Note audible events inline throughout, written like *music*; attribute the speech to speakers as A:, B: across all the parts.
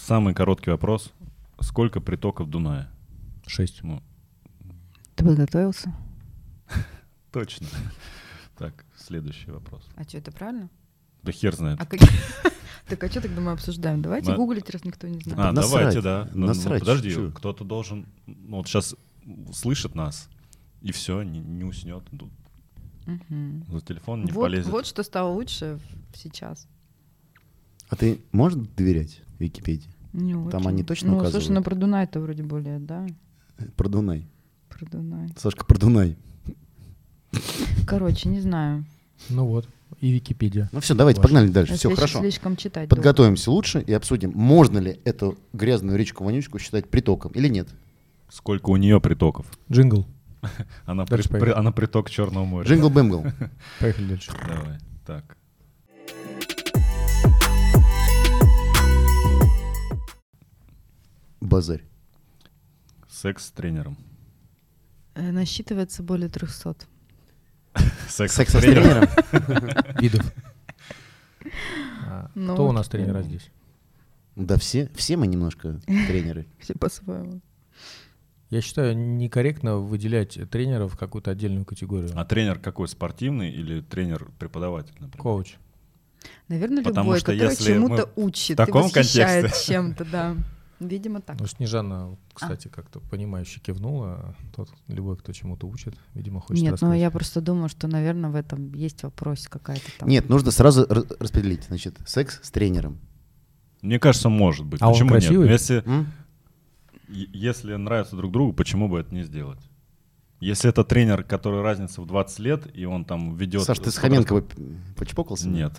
A: самый короткий вопрос. Сколько притоков Дуная?
B: Шесть.
A: Ну,
C: Ты подготовился?
A: точно.
B: *laughs*
A: Так, следующий вопрос.
C: А что, это правильно?
A: Да хер знает.
C: А как... *laughs* Так, а что тогда мы обсуждаем? Давайте
A: На-
C: гуглить, раз никто не знает.
A: А,
B: насрать.
A: давайте, да. Ну, ну,
B: Насрать,
A: подожди,
B: чё?
A: кто-то должен... ну, вот сейчас слышит нас, и все, не, не уснет. ду-
C: Мгм.
A: За телефон А. не
C: Вот,
A: полезет.
C: вот что стало лучше в- сейчас.
B: А ты можешь доверять Википедии?
C: Не
B: Там
C: очень.
B: они точно
C: ну,
B: указывают?
C: слушай, на про Дунай-то вроде более, да?
B: Про Дунай.
C: Про Дунай.
B: Сашка, про Дунай.
C: Короче, не знаю.
D: Ну вот, и Википедия.
B: Ну все, давайте,
D: Ваш.
B: погнали дальше. Все,
C: Если
B: хорошо.
C: слишком читать. долго.
B: Подготовимся лучше и обсудим, можно ли эту грязную речку-вонючку считать притоком или нет.
A: Сколько у нее притоков?
D: Джингл.
A: Она, при-
D: Дальше
A: при-
D: поехали.
A: она приток Черного моря. *laughs*
B: Джингл-бэмгл.
D: Поехали дальше.
A: Давай, так.
B: Базарь.
A: Секс с тренером.
C: Э, Насчитывается более *laughs* 300.
A: Секс,
B: Секс
A: *laughs*
B: с тренером.
D: Видов. А,
C: Ну,
D: Кто у
C: вот
D: нас
C: теперь да.
D: тренера здесь?
B: Да все, все мы немножко тренеры.
C: Все по-своему.
D: Я считаю, некорректно выделять тренеров в какую-то отдельную категорию.
A: А тренер какой? Спортивный или тренер-преподаватель, например?
D: Коуч.
C: Наверное,
A: Потому
C: любой,
A: что
C: который
A: если
C: чему-то учит
A: в таком
C: и восхищает *laughs* чем-то, да. Видимо, так. А.
D: Ну, Снежана, вот, кстати, как-то понимающе кивнула. Тот, любой, кто чему-то учит, видимо, хочет
C: Нет, ну
D: рассказать.
C: я просто думаю, что, наверное, в этом есть вопрос какая-то там.
B: Нет, нужно сразу ра- распределить. Значит, секс с тренером.
A: Мне кажется, может быть.
D: А он
A: почему
D: красивый?
A: нет? Если,
B: М?
A: е- если нравятся друг другу, почему бы это не сделать? Если это тренер, который разница в 20 лет, и он там ведет...
B: Саш, ты с Хоменко почпокался?
A: Нет.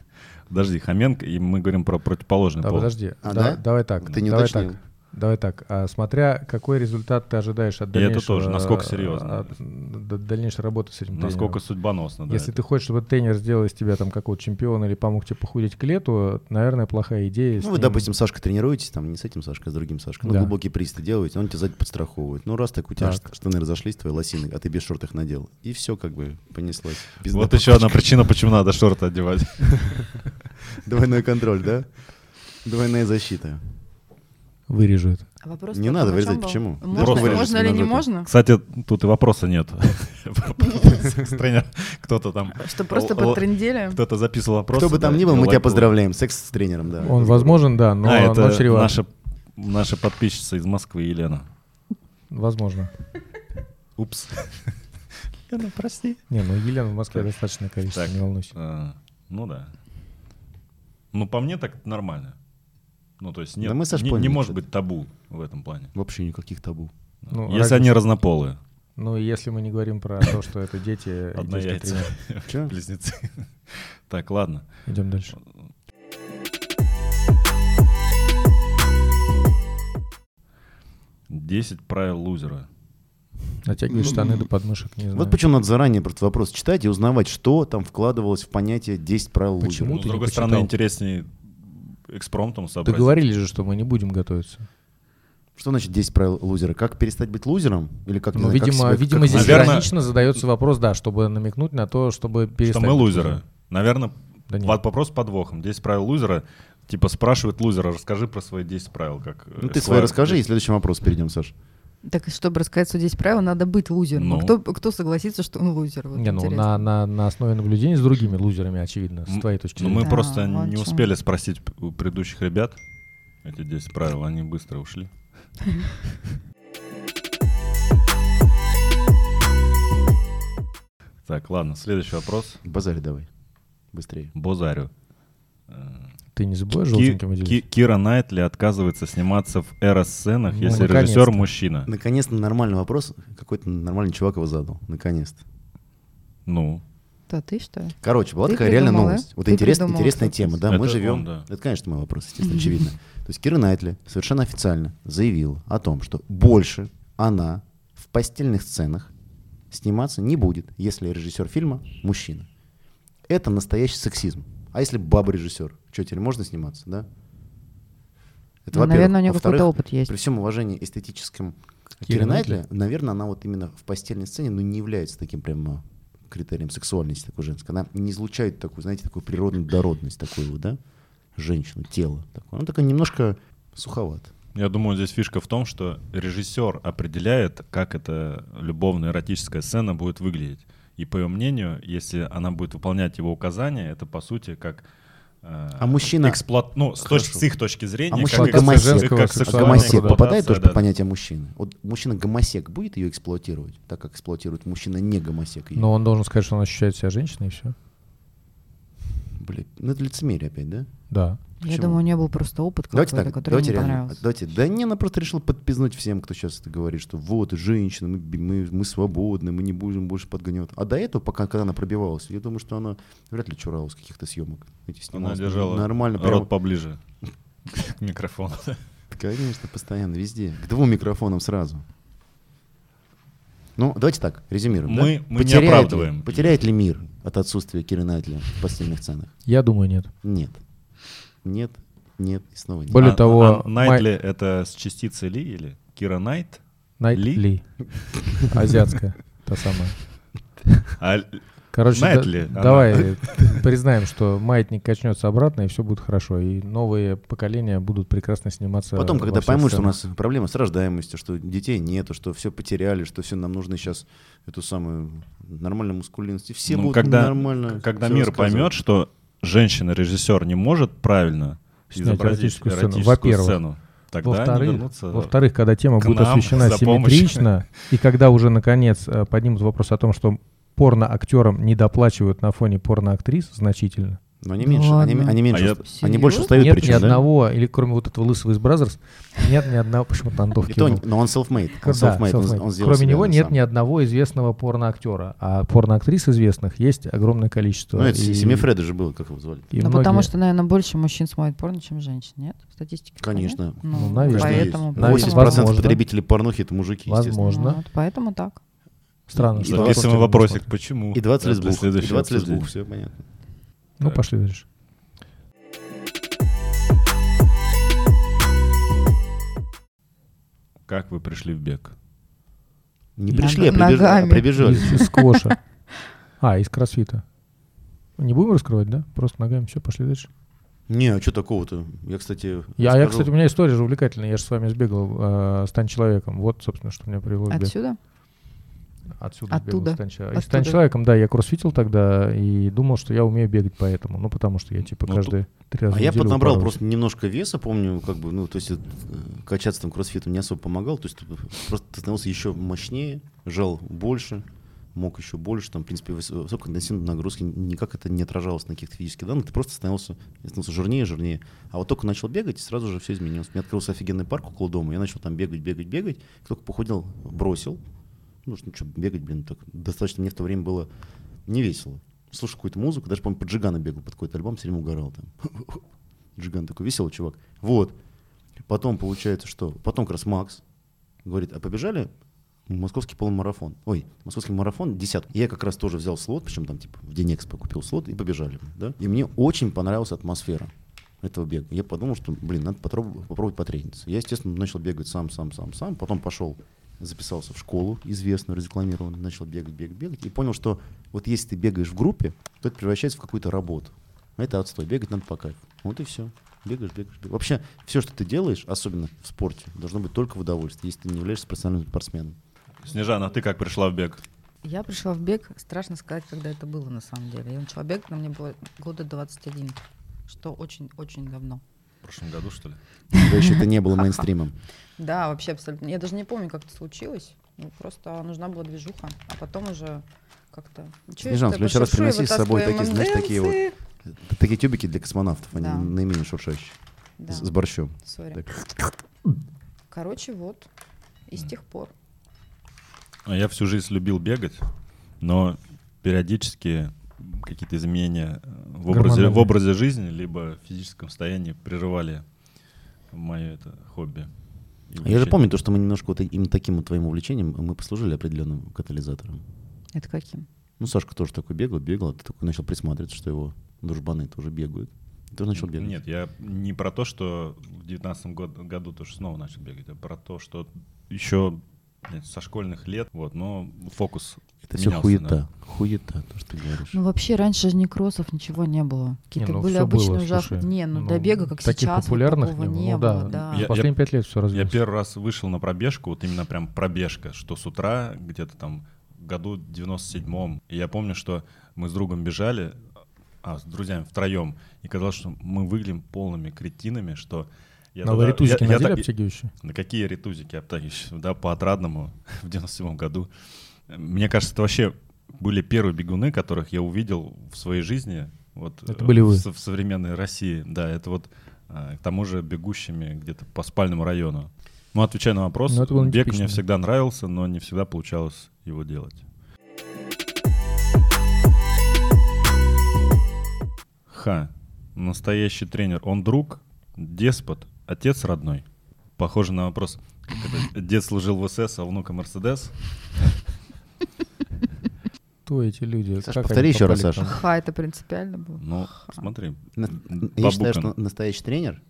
A: *laughs* Подожди, Хоменко, и мы говорим про противоположный
D: Да,
A: пол.
D: подожди.
B: А,
D: да-
B: да?
D: Давай так.
B: Ты не
D: давай
B: уточнил.
D: так. Давай так. А, смотря какой результат ты ожидаешь от
A: И это
D: дальнейшего...
A: тоже, насколько
D: а,
A: серьезно.
D: от д- дальнейшей работы с этим
A: Насколько
D: тренером.
A: судьбоносно, да.
D: Если
A: это.
D: ты хочешь, чтобы тренер сделал из тебя там какого-то чемпиона или помог тебе похудеть к лету, наверное, плохая идея. с
B: Ну, вы,
D: ним-
B: допустим, Сашка тренируетесь, там не с этим Сашкой, а с другим Сашкой. Ну,
D: Да.
B: глубокий приз ты делаете, он тебя сзади подстраховывает. Ну, раз так у тебя
D: Так.
B: штаны разошлись, твои лосины, а ты без шорт их надел. И все как бы понеслось. Пизда
A: Вот
B: под
A: еще одна
B: пачкой.
A: причина, почему надо шорты одевать.
B: *laughs* Двойной контроль, да? Двойная защита.
D: Вырежу это.
C: А вопрос
B: Не
C: потом о
B: надо
C: чём
B: вырезать,
C: был?
B: почему?
C: Можно,
A: Просто
C: можно
B: вырежешь,
C: или
B: не
C: не
B: нужно.
C: можно?
A: Кстати, тут и вопроса нет. *laughs* Тренер, кто-то там,
C: Что просто
A: Л- л-
C: потрындели?
A: кто-то записывал вопрос.
B: Кто бы там ни был, мы тебя поздравляем. Секс с тренером, да.
D: Он возможен, да, но,
A: А,
D: но
A: это
D: чреват.
A: наша, наша подписчица из Москвы, Елена.
D: Возможно.
A: Упс. Лена, прости.
D: Не, ну Елена в Москве
A: Так.
D: достаточное количество,
A: Так.
D: не волнуйся.
A: А, Ну да. Ну, по мне так нормально. Ну, то есть нет,
B: Да мы, Саш,
A: не- не
B: поняли,
A: может
B: кстати.
A: быть табу в этом плане.
B: Вообще никаких табу.
D: Ну,
A: Если
D: разница-
A: они разнополые.
D: Ну, и если мы не говорим про то, что это дети,
A: *laughs*
D: и детский
A: Однояйца.
D: тренер.
B: Чё?
A: Близнецы. *laughs* Так, ладно. *laughs*
D: Идем дальше.
A: Десять правил лузера. Ну,
D: Натягиваешь штаны до подмышек, не знаю.
B: Вот почему надо заранее просто вопрос читать и узнавать, что там вкладывалось в понятие 10 правил
A: Ну,
D: Почему?
A: с
B: лузера.
D: ты не
A: другой
D: почитал?
A: стороны, интереснее экспромтом собрать.
D: Договорились же, что мы не будем готовиться.
B: Что значит 10 правил лузера? Как перестать быть лузером? Или как, не
D: Ну,
B: знаю, как
D: видимо,
B: себя-
D: видимо
B: как-
D: здесь
A: Наверное-
D: иронично задается вопрос, да, чтобы намекнуть на то, чтобы
A: Что
D: перестать.
A: мы
D: быть
A: лузеры.
D: лузером.
A: Наверное,
D: Да нет.
A: под- вопрос с подвохом. 10 правил лузера. Типа спрашивает лузера, расскажи про свои 10 правил. Как, э,
B: Ну, ты свои
A: Эсквайр
B: расскажи, и
A: говорит.
B: к следующему вопросу перейдем, Саш.
C: Так, чтобы рассказать, что здесь правило, надо быть лузером.
A: Ну.
C: А Кто, кто согласится, что он лузер? Вот
D: Не, ну,
C: интересно.
D: на, на, на основе наблюдений с другими лузерами, очевидно, с
A: М,
D: твоей точки
A: Ну,
D: зрения.
A: мы
C: Да,
A: просто
C: вот
A: не
C: чё.
A: успели спросить п- у предыдущих ребят эти 10 правил, они быстро
C: *laughs*
A: ушли. Так, ладно, следующий вопрос.
B: Базарь давай. Быстрее.
A: Бозарю. Э,
D: Ты не забываешь
A: Ки-
D: желтеньким
A: Ки-
D: выделить?
A: Кира Найтли отказывается сниматься в эра-сценах,
D: Ну,
A: если
D: наконец-то.
A: режиссер мужчина.
B: Наконец-то нормальный вопрос. Какой-то нормальный чувак его задал. Наконец-то.
A: Ну,
C: Да ты что? ли?
B: Короче, была
C: Ты
B: такая реально
C: придумал,
B: новость.
C: а?
B: Вот
C: Ты
B: интерес-
C: придумал,
B: интересная
C: кстати.
B: тема, да, мы
A: Это
B: живем.
A: он, да.
B: Это, конечно, мой вопрос, естественно, очевидно. *laughs* То есть Кира Найтли совершенно официально заявила о том, что больше она в постельных сценах сниматься не будет, если режиссер фильма мужчина. Это настоящий сексизм. А если баба режиссер? Что, теперь можно сниматься, да?
C: Ну, наверное, у нее
B: него
C: какой-то опыт есть.
B: При всем уважении эстетическим к
D: Кире
B: Кире Найтли, наверное, она вот именно в постельной сцене, но не является таким прямо критерием сексуальности такой женской. Она не излучает такую, знаете, такую природную дородность, такую вот, да, женщину, тело. Такое. Она такая немножко Суховат.
A: Я думаю, здесь фишка в том, что режиссер определяет, как эта любовная эротическая сцена будет выглядеть. И по его мнению, если она будет выполнять его указания, это по сути как э,
B: А мужчина-
A: эксплуат- ну, с, точ-
D: Хорошо.
A: с их точки зрения,
B: А
A: как
B: мужчина
A: эксплуатация-
D: гомосек.
A: как
D: А
A: сексуальная
B: гомосек
A: эксплуатация,
B: попадает тоже
A: да,
B: под
A: да.
B: понятие мужчины? Вот мужчина гомосек будет ее эксплуатировать, так как эксплуатирует мужчина не гомосек. её?
D: Но он должен сказать, что он ощущает себя женщиной, и все.
B: Блядь, ну это лицемерие опять, да?
D: Да.
C: Я
B: Почему?
C: думаю, у нее был просто опыт
B: Давайте
C: какой-то,
B: так,
C: который
B: давайте
C: мне
B: реально.
C: понравился.
B: Давайте, да не, она просто решила подпизнуть всем, кто сейчас это говорит, что вот, женщина, мы, би- мы, мы свободны, мы не будем больше подгонять. А до этого, пока когда она пробивалась, я думаю, что она вряд ли чуралась каких-то съемок. Эти
A: Она
B: снималась
A: держала
B: нормально, прямо
A: рот поближе к микрофону.
B: Конечно, постоянно, везде. К двум микрофонам сразу. Ну, давайте так, резюмируем. да?
A: Мы- мы не
B: Потеряет ли-
A: оправдываем.
B: потеряет ли мир от отсутствия Киры Найтли в постельных сценах?
D: Я думаю, нет.
B: Нет. Нет, нет, и снова нет.
D: Более
A: А-
D: того,
A: а Найтли
D: Май-
A: это с частицы Ли или Кира Найт?
D: Найт
A: Ли?
D: Ли. Азиатская. Та самая.
A: А
D: Короче, да-
A: Найтли, она.
D: давай э, признаем, что маятник качнется обратно, и все будет хорошо. И новые поколения будут прекрасно сниматься.
B: Потом,
D: во
B: когда
D: всех
B: поймут, что у
D: сценах.
B: нас проблема с рождаемостью, что детей нету, что все потеряли, что все нам нужно сейчас эту самую нормальную мускулинность. И все
A: Ну,
B: будут
A: когда-
B: нормально.
A: когда
B: всё
A: мир
B: рассказывать.
A: поймет, что женщина-режиссер не может правильно
D: Снять
A: изобразить
D: эротическую сцену,
A: эротическую,
D: во-первых.
A: сцену, тогда они
D: Во-вторых,
A: вернутся
D: во-вторых, когда тема
A: к
D: будет
A: нам
D: освещена
A: за помощью.
D: симметрично, и когда уже наконец э, поднимут вопрос о том, что порно актерам недоплачивают на фоне порноактрис значительно.
B: Но они
C: Да
B: меньше, они,
C: ладно.
B: они меньше,
A: А я-
B: уст- они больше
C: Серьёзно?
B: устают
D: нет
B: причем,
D: ни
B: да?
D: одного, или кроме вот этого лысого из Бразерс, нет ни одного, почему-то Антов
B: И то
D: кивнул.
B: не- но он self-made. Он
D: Да,
B: self-made, он-
D: self-made.
B: он сделал
D: Кроме
B: себя,
D: него
B: он
D: нет
B: сам.
D: ни одного известного порноактера, а порноактрис известных есть огромное количество.
B: Ну, это
D: И-
B: Семифреда же было, как его звали.
D: и
C: ну, потому
D: многие-
C: что, наверное, больше мужчин смотрит порно, чем женщин, нет? Статистика.
B: Конечно.
D: Ну, наверное.
C: Поэтому,
D: Конечно, есть.
C: поэтому-
B: 80%
D: Возможно.
B: потребителей порнухи это мужики,
D: Возможно.
B: естественно.
D: Можно.
C: Ну, вот поэтому так.
D: Странно,
B: И
D: что
A: Записываем
D: Антон
A: вопросик,
D: смотрит.
A: почему?
B: И 20
A: Да, для
B: лесбух. И
A: следующего
B: 20
A: обсуждения.
B: лесбух, все понятно.
D: Ну,
A: Так.
D: пошли дальше.
A: Как вы пришли в бег?
B: Не
C: Нога-
B: пришли, а прибежали. а
C: ногами.
B: прибежали.
D: Из, из сквоша. А, из кроссфита. Не будем раскрывать, да? Просто ногами все, пошли дальше.
B: Не, а что такого-то? Я, кстати,
D: Я, а я,
B: расскажу.
D: кстати, у меня история же увлекательная. Я же с вами сбегал. э, стань человеком. Вот, собственно, что меня привело к бегу.
C: Отсюда?
D: Отсюда сбегал,
C: Оттуда.
D: Стань, человеком». И стань
C: Оттуда.
D: человеком, да, я кроссфитил тогда и думал, что я умею бегать поэтому. Ну, потому что я, типа,
A: Ну,
D: каждые три раза
B: А
D: в
B: я
D: неделю
B: поднабрал
D: упарываюсь.
B: просто немножко веса, помню, как бы, ну, то есть э, качаться там кроссфитом не особо помогал, то есть ты просто ты становился еще мощнее, жал больше, мог еще больше, там, в принципе, выс- высококонтенсивной нагрузки никак это не отражалось на каких-то физических данных, ты просто становился, я становился жирнее, жирнее. А вот только начал бегать, и сразу же все изменилось. У меня открылся офигенный парк около дома, я начал там бегать, бегать, бегать, Как только похудел, бросил, ну, что, ну, чё бегать, блин, так достаточно мне в то время было не весело. Слушал какую-то музыку, даже, по-моему, под Джигана бегал, под какой-то альбом, все время угорал там. Джиган такой веселый чувак. Вот. Потом получается что? Потом как раз Макс говорит, а побежали московский полумарафон. Ой, московский марафон десятку. Я как раз тоже взял слот, причем там типа в день экспо купил слот и побежали. Да? И мне очень понравилась атмосфера этого бега. Я подумал, что, блин, надо потроб- попробовать потрениться. Я, естественно, начал бегать сам, сам, сам, сам. Потом пошел, записался в школу известную, разрекламированную, начал бегать, бегать, бегать. И понял, что вот если ты бегаешь в группе, то это превращается в какую-то работу. Это отстой, бегать надо по кайфу. Вот и все. Бегаешь, бегаешь, бегаешь. Вообще, все, что ты делаешь, особенно в спорте, должно быть только в удовольствии, если ты не являешься профессиональным спортсменом.
A: Снежана, а ты как пришла в бег?
C: Я пришла в бег, страшно сказать, когда это было на самом деле. Я начала бегать, но мне было года 21, что очень-очень давно.
A: В прошлом году, что ли?
B: Когда еще это не было мейнстримом.
C: Да, вообще абсолютно. Я даже не помню, как это случилось. Ну, просто нужна была движуха, а потом уже как-то... Чё я
B: Снежан, в
C: это
B: следующий раз
C: пошуршу и
B: приноси с собой
C: вытаскиваю
B: такие, знаешь, такие вот-
C: манденцы?
B: Такие тюбики для космонавтов, они
C: Да.
B: наименее шуршащие.
C: Да,
B: С с борщом.
C: сори.
B: Так.
C: Короче, вот. И с тех пор.
A: А Я всю жизнь любил бегать, но периодически какие-то изменения э, в образе,
D: Гормональные.
A: в образе жизни либо в физическом состоянии прерывали мое это хобби. и
B: Я же
A: увлечение.
B: помню то, что мы немножко вот именно таким вот твоим увлечением мы послужили определенным катализатором.
C: Это каким?
B: Ну, Сашка тоже такой бегал, бегал, а ты такой начал присматриваться, что его дружбаны тоже бегают. Ты тоже начал бегать.
A: Нет, я не про то, что в девятнадцатом году, году тоже снова начал бегать, а про то, что еще блядь, со школьных лет, вот, но фокус
B: Это все
A: менялся,
B: хуета.
A: да.
B: Хуета, то, что ты говоришь.
C: Ну вообще раньше же ни кроссов, ничего не было. Какие-то
D: ну,
C: были
D: всё
C: обычные
D: было,
C: ужасные.
D: слушай.
C: Не, ну,
D: Ну,
C: до бега, как
D: таких
C: сейчас, вот
D: популярных
C: такого
D: не было,
C: не,
D: ну,
C: было.
D: да.
C: Да.
A: Я-
D: В последние пять лет все
A: Я
D: развилось.
A: первый раз вышел на пробежку, вот именно прям пробежка, что с утра где-то там году 97-м. И я помню, что мы с другом бежали, а, с друзьями втроем, и казалось, что мы выглядим полными кретинами, что... Я
D: Но
A: тогда-
D: вы ретузики
A: я- я
D: надели
A: так-
D: обтягивающие?
A: на какие ретузики обтягивающие, да, по отрадному *laughs* в 97 году. Мне кажется, это вообще были первые бегуны, которых я увидел в своей жизни. Вот,
D: Это
A: э,
D: были вы.
A: В, со- в современной России, да, это вот э, к тому же бегущими где-то по спальному району. Ну, отвечая на вопрос,
D: Ну, это было
A: бег
D: нетипично.
A: мне всегда нравился, но не всегда получалось его делать. Ха. Настоящий тренер. Он друг, деспот, отец родной. Похоже на вопрос, как это, дед служил в СС, а внука Мерседес.
D: Кто эти люди?
B: Саш,
D: Как они
B: повтори ещё раз,
D: попали к
B: Саш.
D: нам?
C: Ха, это принципиально было.
A: Ну, смотри.
B: На-
A: м,
B: Я считаю,
A: бабукан.
B: что настоящий тренер,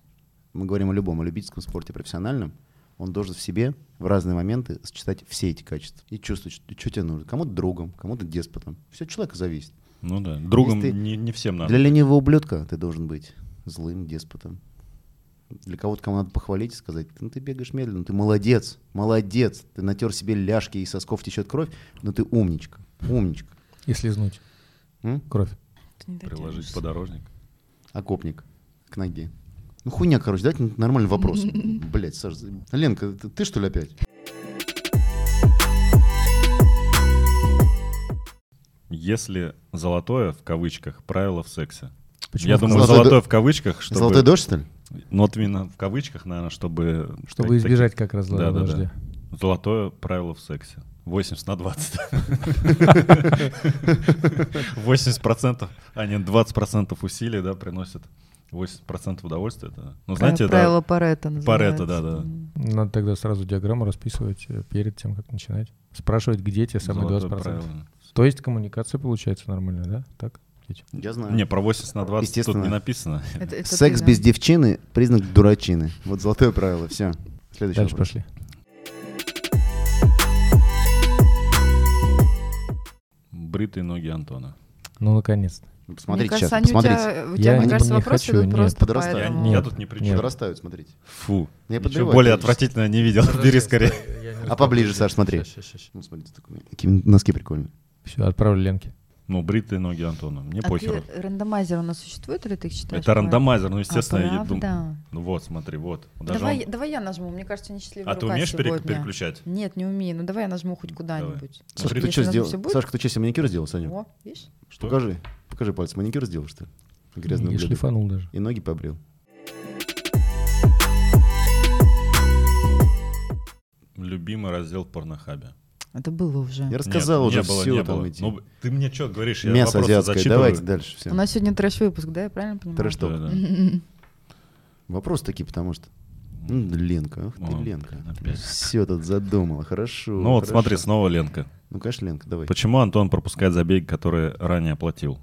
B: мы говорим о любом, о любительском спорте, профессиональном, он должен в себе в разные моменты сочетать все эти качества и чувствовать, что, что тебе нужно. Кому-то другом, кому-то деспотом. Все от человека зависит.
A: Ну да, другом
B: Если ты-
A: не, не всем надо.
B: Для ленивого ублюдка ты должен быть злым деспотом. Для кого-то, кому надо похвалить и сказать, ну ты бегаешь медленно, ты молодец, молодец, ты натер себе ляжки и из сосков течет кровь, но ты умничка, умничка.
D: И слизнуть
B: М?
D: кровь.
C: Ты не
A: Приложить
C: дотянешься.
A: подорожник.
B: Окопник к ноге. Ну хуйня, короче, давайте
C: *laughs*
B: нормальный вопрос. Блять, Саш, за- Ленка, это ты что ли опять?
A: Если золотое в кавычках правило в сексе.
D: Почему
A: Я
D: в
A: думаю,
D: кавычках?
B: Золотой
A: золотое в кавычках, чтобы...
B: Золотой дождь, что ли?
A: Ну, вот именно в кавычках, наверное, чтобы...
D: Чтобы
A: так-
D: избежать как раз
A: Да, да, да.
D: дождя.
A: таки- Золотое правило в сексе. 80 на 20. 80 процентов, а не 20 процентов усилий, да, приносят 80 процентов удовольствия. Это, ну, знаете,
C: Пра-
A: это
C: правило Паретта называется.
A: Паретта, да, да.
D: Надо тогда сразу диаграмму расписывать э, перед тем, как начинать. Спрашивать, где те самые
A: золотое
D: 20%.
A: правило.
D: То есть коммуникация получается нормальная, да? Так? Петя?
B: Я знаю.
A: Не, про 80 на 20 тут
B: Естественно.
A: не написано.
C: Это- это
B: Секс
C: ты, да.
B: без девчины – признак дурачины. Вот золотое правило, все. Следующий
D: Дальше
B: вопрос.
D: пошли.
A: Бритые ноги Антона.
D: Ну, наконец-то.
B: Посмотрите
C: мне кажется,
B: сейчас,
C: они у
B: посмотрите.
C: тебя, у
D: Я
C: тебя, мне
D: не-
C: кажется,
D: не
C: вопросы
D: хочу,
C: идут
D: нет.
C: просто
B: Подрастаю.
A: Я,
C: поэтому.
A: я
D: Нет.
A: тут не при
D: Нет.
A: чём.
B: Подрастают, смотрите.
A: Фу.
B: Я
A: Ничего
B: подбиваю
A: более
B: периодически.
A: отвратительно не видел. Бери скорее.
B: А поближе, Саш, смотри. Ну, смотрите, так у меня какие носки прикольные.
D: Все, отправлю Ленке.
A: Ну, бритые ноги Антона. Мне
C: А ты
A: похеру.
C: рандомайзер у нас существует или ты их считаешь?
A: Это
C: правильно?
A: рандомайзер, ну,
C: А,
A: естественно, я дум-
C: правда?
A: Ну вот, смотри, вот. Даже
C: Давай,
A: он-
C: давай я нажму, мне кажется, несчастливая
A: А ты
C: рука
A: умеешь пере-
C: сегодня.
A: переключать?
C: Нет, не умею. Ну давай я нажму хоть куда-нибудь.
A: Сашка,
B: Сашка,
A: Смотри,
B: ты
A: ты
C: Если
B: что
C: у нас
B: сделал?
C: всё будет-
B: Сашка, ты что себе маникюр сделал, Саня?
C: О, видишь?
A: Что?
B: Покажи. Покажи пальцы. Маникюр сделал, что ли? Грязный
D: И
B: ублюдок.
D: шлифанул даже.
B: И ноги побрил.
A: Любимый раздел в порнохабе.
C: Это было уже.
B: Я рассказал
A: Нет,
B: уже
A: не было,
B: все
A: не
B: там
A: было.
B: эти.
A: Ну, ты мне что говоришь? Я
B: Мясо
A: вопросы
B: азиатское.
A: зачитываю.
B: Давайте дальше
C: У
B: все.
C: нас сегодня трэш-выпуск, да, я правильно понимаю?
B: Трэш. что?
A: Да-да.
B: Вопросы такие, потому что... М, да, Ленка, ах ты,
A: О,
B: Ленка.
A: опять.
B: Все тут задумала, хорошо.
A: Ну вот
B: хорошо.
A: смотри, снова Ленка.
B: Ну, конечно, Ленка, давай.
A: Почему Антон пропускает забеги, которые ранее оплатил?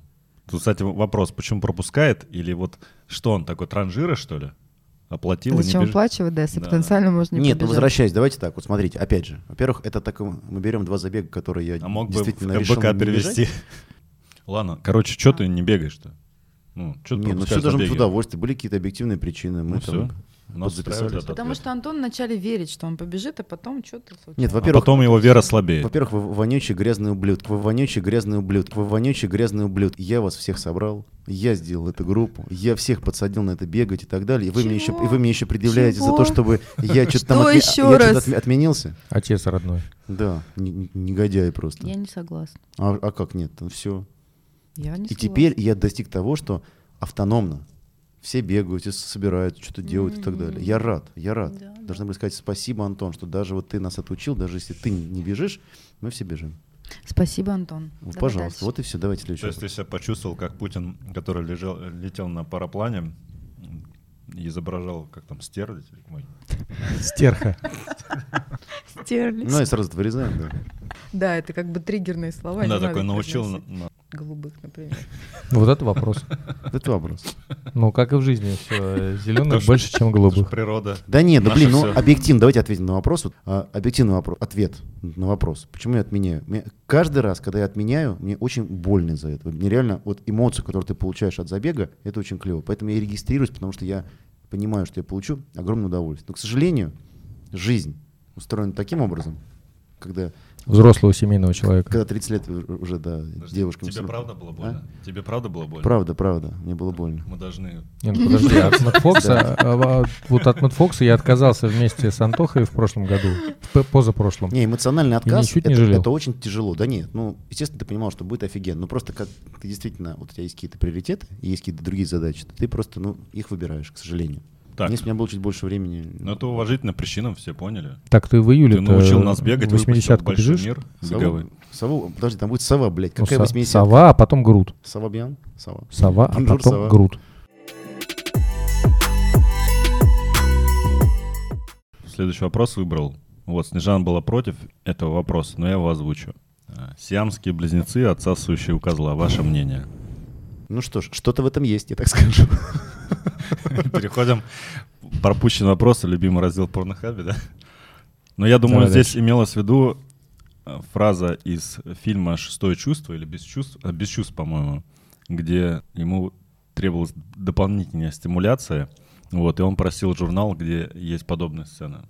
A: Тут, кстати, вопрос, почему пропускает? Или вот что он такой, транжира, что ли? Оплатил и не
C: Зачем
A: бежит?
C: оплачивать, да, если
A: Да,
C: потенциально можно не
B: Нет, ну
C: побежать.
B: возвращаясь, давайте так, вот смотрите, опять же. Во-первых, это так, э, мы берем два забега, которые я
A: А мог бы в
B: действительно решил
A: КБК
B: не
A: перевести.
B: бежать.
A: *laughs* Ладно, короче, что ты не бегаешь-то? Ну, что ты
B: Не, ну все
A: пропускаешь
B: должно быть в
A: забеги?
B: удовольствие, были какие-то объективные причины. Мы
A: Ну
B: там...
A: все, нас
B: подзаписались.
A: устраивает этот
C: Потому
A: ответ.
C: что Антон вначале верит, что он побежит, а потом что-то
B: Нет,
A: А
B: во-первых,
A: потом его вера слабеет.
B: Во-первых, вы вонючий грязный ублюдок, вы вонючий грязный ублюдок, вы вонючий грязный ублюдок. Я вас всех собрал, я сделал эту группу, я всех подсадил на это бегать и так далее. И вы мне еще,
C: Чего?
B: и вы мне еще предъявляете за
C: Чего?
B: то, чтобы я что-то там
C: Что
B: отме-
C: еще
B: я что-то
C: раз?
B: отме- отменился.
D: Отец родной.
B: Да, н- н- негодяи просто.
C: Я не согласна.
B: А, а как нет? все.
C: Я не
B: И теперь я достиг того, что автономно все бегают, все собирают, что-то делают и так далее. Я рад, я рад.
C: Да, да.
B: Должны были сказать спасибо, Антон, что даже вот ты нас отучил, даже если ты не бежишь, мы все бежим.
C: согласна. Спасибо, Антон.
B: Ну,
C: Давай
B: Пожалуйста,
C: дальше.
B: вот и все. Давайте следующий.
A: То есть ты себя почувствовал, как Путин, который лежал, летел на параплане, м, и изображал, как там, стерлить? Ой,
D: Стерха.
C: Стерлись.
B: Ну, и сразу это вырезаем, да.
C: Да, это как бы триггерные слова. не
A: Да,
C: надо
A: такой
C: их
A: научил ну, на-
C: произносить.
A: на- *laughs*
C: Голубых, например.
D: Вот это вопрос.
B: Это вопрос.
D: Ну, как и в жизни, все зеленых
A: ж-
D: больше, чем
A: Это ж
D: голубых.
A: природа.
B: Да нет, да
A: Наше
B: блин, ну
A: всё.
B: объективно, давайте ответим на вопрос. Вот, а, Объективный вопрос, ответ на вопрос. Почему я отменяю? Мне- каждый раз, когда я отменяю, мне очень больно из-за этого. Мне реально вот эмоцию, которую ты получаешь от забега, это очень клево. Поэтому я и регистрируюсь, потому что я понимаю, что я получу огромное удовольствие. Но, к сожалению, жизнь устроена таким образом, когда,
D: Взрослого семейного человека.
B: когда 30 лет уже, да,
A: Подожди,
B: девушкам...
A: Тебе
B: всё-
A: правда было
B: А?
A: больно? Тебе правда было больно?
B: Правда, правда, мне было больно.
A: Мы должны...
D: Не, ну *laughs* подожди, от Мэтт Фокса, а, а, вот от Мэтт Фокса я отказался вместе с Антохой в прошлом году, в п- позапрошлом.
B: Не, эмоциональный отказ
D: ничуть не
B: это,
D: жалел.
B: это очень тяжело. Да нет, ну, естественно, ты понимал, что будет офигенно. Ну, просто как ты действительно, вот у тебя есть какие-то приоритеты, и есть какие-то другие задачи, ты просто, ну, их выбираешь, к сожалению.
A: Так,
B: Если бы у меня было чуть больше времени...
A: ну это уважительно причинам, все поняли.
D: Так ты в июле
A: Ты научил нас бегать, выпустил в
D: 80
A: большой
D: бежишь.
A: мир
B: сову-
A: беговой.
B: сову- подожди, там будет сова, блядь,
D: Ну,
B: какая
D: со-
B: 80
D: сова, а потом груд.
B: Сова бьян? Сова.
D: Сова, а
B: Бонжур,
D: потом
B: сова.
D: груд.
A: Следующий вопрос выбрал. Вот, Снежан была против этого вопроса, но я его озвучу. А, Сиамские близнецы, отсасывающие у козла. Ваше мнение?
B: Ну что ж, что-то в этом есть, я так скажу.
A: Переходим. Пропущен вопрос, любимый раздел порнохаби, да? Но я думаю,
D: Давай
A: здесь имелось в виду э, фраза из фильма «Шестое чувство» или «Без чувств», а, «Без чувств», по-моему, где ему требовалась дополнительная стимуляция, вот, и он просил журнал, где есть подобная сцена.